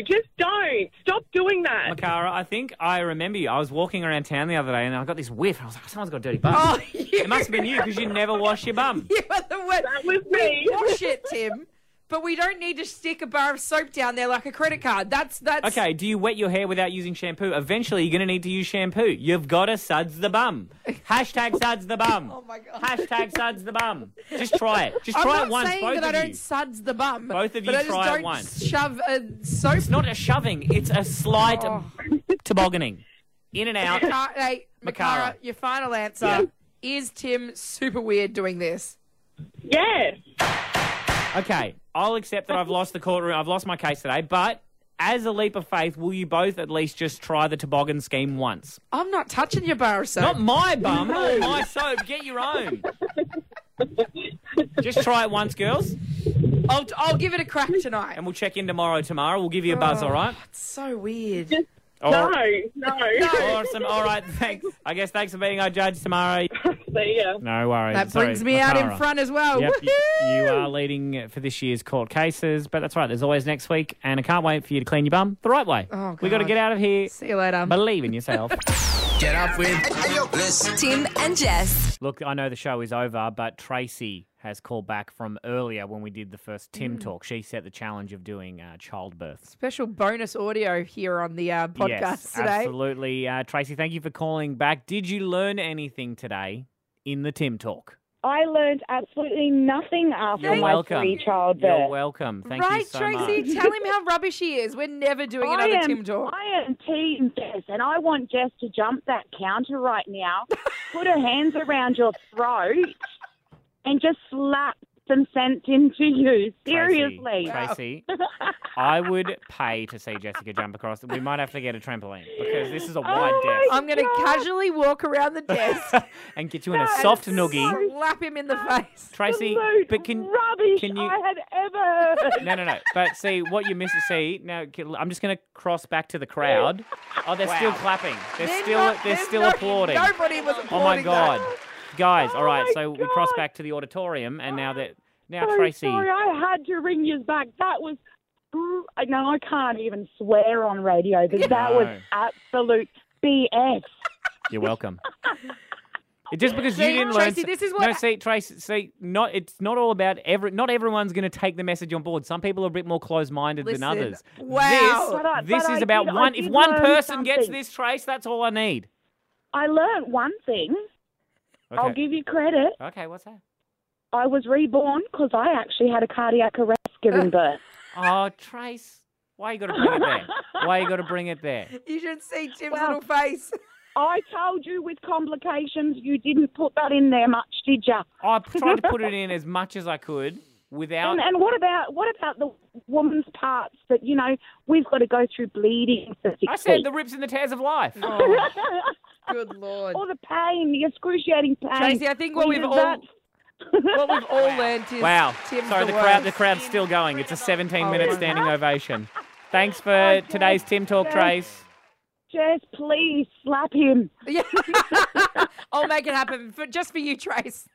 Speaker 17: just don't. Stop doing that.
Speaker 1: Makara, I think I remember you. I was walking around town the other day and I got this whiff. I was like, someone's got a dirty bum.
Speaker 2: Oh,
Speaker 1: It must have been you because you never wash your bum.
Speaker 2: You are the worst. That
Speaker 17: was
Speaker 2: me. Wash it, Tim. But we don't need to stick a bar of soap down there like a credit card. That's that's
Speaker 1: Okay, do you wet your hair without using shampoo? Eventually, you're going to need to use shampoo. You've got to suds the bum. Hashtag suds the bum. Oh my god. Hashtag suds the bum. Just try it. Just
Speaker 2: I'm
Speaker 1: try
Speaker 2: not
Speaker 1: it once,
Speaker 2: saying
Speaker 1: both
Speaker 2: that
Speaker 1: of
Speaker 2: I don't
Speaker 1: you.
Speaker 2: suds the bum.
Speaker 1: Both of
Speaker 2: but
Speaker 1: you
Speaker 2: I just
Speaker 1: try it
Speaker 2: don't
Speaker 1: once.
Speaker 2: Shove a soap.
Speaker 1: It's not a shoving. It's a slight tobogganing. In and out.
Speaker 2: Makara, hey, Makara,
Speaker 1: Makara.
Speaker 2: your final answer is Tim super weird doing this?
Speaker 17: Yes.
Speaker 1: Okay, I'll accept that I've lost the courtroom. I've lost my case today, but as a leap of faith, will you both at least just try the toboggan scheme once?
Speaker 2: I'm not touching your bar of soap.
Speaker 1: Not my bum or my soap. Get your own. Just try it once, girls.
Speaker 2: I'll, I'll give it a crack tonight.
Speaker 1: And we'll check in tomorrow. Tomorrow, we'll give you a buzz.
Speaker 2: Oh,
Speaker 1: all right.
Speaker 2: It's so weird. Oh.
Speaker 1: All right.
Speaker 17: no.
Speaker 1: Awesome. All right. Thanks. I guess thanks for being our judge tomorrow.
Speaker 17: See ya.
Speaker 1: No worries.
Speaker 2: That
Speaker 1: Sorry,
Speaker 2: brings me out in
Speaker 1: Matara.
Speaker 2: front as well.
Speaker 1: Yep, you,
Speaker 2: Woohoo!
Speaker 1: you are leading for this year's court cases, but that's right. There's always next week, and I can't wait for you to clean your bum the right way.
Speaker 2: Oh,
Speaker 1: we got to
Speaker 2: God.
Speaker 1: get out of here.
Speaker 2: See you later.
Speaker 1: Believe in yourself.
Speaker 4: Get up with Bliss.
Speaker 15: Tim and Jess.
Speaker 1: Look, I know the show is over, but Tracy has called back from earlier when we did the first
Speaker 2: Mm.
Speaker 1: Tim talk. She set the challenge of doing uh, childbirths.
Speaker 2: Special bonus audio here on the uh, podcast
Speaker 1: yes,
Speaker 2: today.
Speaker 1: absolutely. Uh, Tracy, thank you for calling back. Did you learn anything today in the Tim talk?
Speaker 14: I learned absolutely nothing after
Speaker 1: You're
Speaker 14: my
Speaker 1: welcome.
Speaker 14: three childbirth.
Speaker 1: You're welcome. Thank
Speaker 2: right,
Speaker 1: you so
Speaker 2: Tracy,
Speaker 1: much.
Speaker 2: tell him how rubbish he is. We're never doing
Speaker 14: I
Speaker 2: another
Speaker 14: am,
Speaker 2: Tim talk.
Speaker 14: I am Team Jess, and I want Jess to jump that counter right now, put her hands around your throat, and just slap some sense into you. Seriously.
Speaker 1: Tracy, I would pay to see Jessica jump across. We might have to get a trampoline because this
Speaker 2: Oh
Speaker 1: is a wide desk.
Speaker 2: I'm going to casually walk around the desk
Speaker 1: and get you in a soft noogie.
Speaker 2: and slap him in the face.
Speaker 1: Tracy, but can can you?
Speaker 14: had ever.
Speaker 1: No, no, no. But see what you miss. See now, I'm just going to cross back to the crowd. Oh, they're still
Speaker 2: Wow.
Speaker 1: clapping. They're,
Speaker 2: They're
Speaker 1: still
Speaker 2: not-
Speaker 1: they're
Speaker 2: there's
Speaker 1: still
Speaker 2: no-
Speaker 1: applauding.
Speaker 2: Nobody was applauding. Oh,
Speaker 1: Oh my god,
Speaker 2: that.
Speaker 1: guys! all right, so we cross back to the auditorium, and now that now
Speaker 2: Oh,
Speaker 14: So
Speaker 1: Tracy.
Speaker 14: Sorry, I had to ring you back. That was. No, I can't even swear on radio, but that
Speaker 1: No.
Speaker 14: was absolute BS.
Speaker 1: You're welcome. It- Just because you
Speaker 14: See,
Speaker 1: didn't learn,
Speaker 14: Tracy,
Speaker 1: s-
Speaker 14: this is
Speaker 1: no.
Speaker 14: what-
Speaker 1: See, Tracy, see, not it's not all about every. Not everyone's going to take the message on board. Some people are a bit more closed-minded
Speaker 2: Listen,
Speaker 1: than others.
Speaker 2: wow.
Speaker 1: This,
Speaker 2: But I-
Speaker 1: this
Speaker 14: but
Speaker 1: is
Speaker 14: I
Speaker 1: about
Speaker 14: did- I
Speaker 1: one. If
Speaker 14: did
Speaker 1: one
Speaker 14: learn
Speaker 1: person gets
Speaker 14: something.
Speaker 1: this, Trace, that's all I need.
Speaker 14: I learned one thing. I'll
Speaker 1: Okay.
Speaker 14: give you credit.
Speaker 1: Okay, what's that?
Speaker 14: I was reborn because I actually had a cardiac arrest giving birth.
Speaker 1: Oh, Trace, why you got to bring it there? Why you got to bring it there?
Speaker 2: You should see Tim's little face.
Speaker 14: I told you with complications, you didn't put that in there much, did you?
Speaker 1: I Tried to put it in as much as I could without.
Speaker 14: And, and what about what about the woman's parts that you know we've got to go through bleeding for six
Speaker 1: I said
Speaker 14: weeks?
Speaker 1: the rips and the tears of life.
Speaker 2: Good lord.
Speaker 14: All the pain, the excruciating pain.
Speaker 2: Tracy, I think what we've all what we've all learned is
Speaker 1: Wow.
Speaker 2: Tim's
Speaker 1: Sorry,
Speaker 2: the,
Speaker 1: the, crowd
Speaker 2: worst. Oh,
Speaker 1: the crowd's still going. It's a 17 minute
Speaker 2: yeah.
Speaker 1: standing ovation. Thanks for today's Tim Talk,
Speaker 14: Jess.
Speaker 1: Trace.
Speaker 14: Jess, please slap him.
Speaker 2: Yeah. I'll make it happen for, just for you, Trace.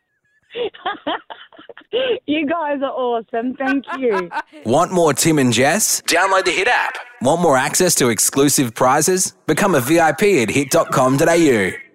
Speaker 14: You guys are awesome. Thank you.
Speaker 4: Want more Tim and Jess? Download the Hit app. Want more access to exclusive prizes? Become a VIP at hit.com.au.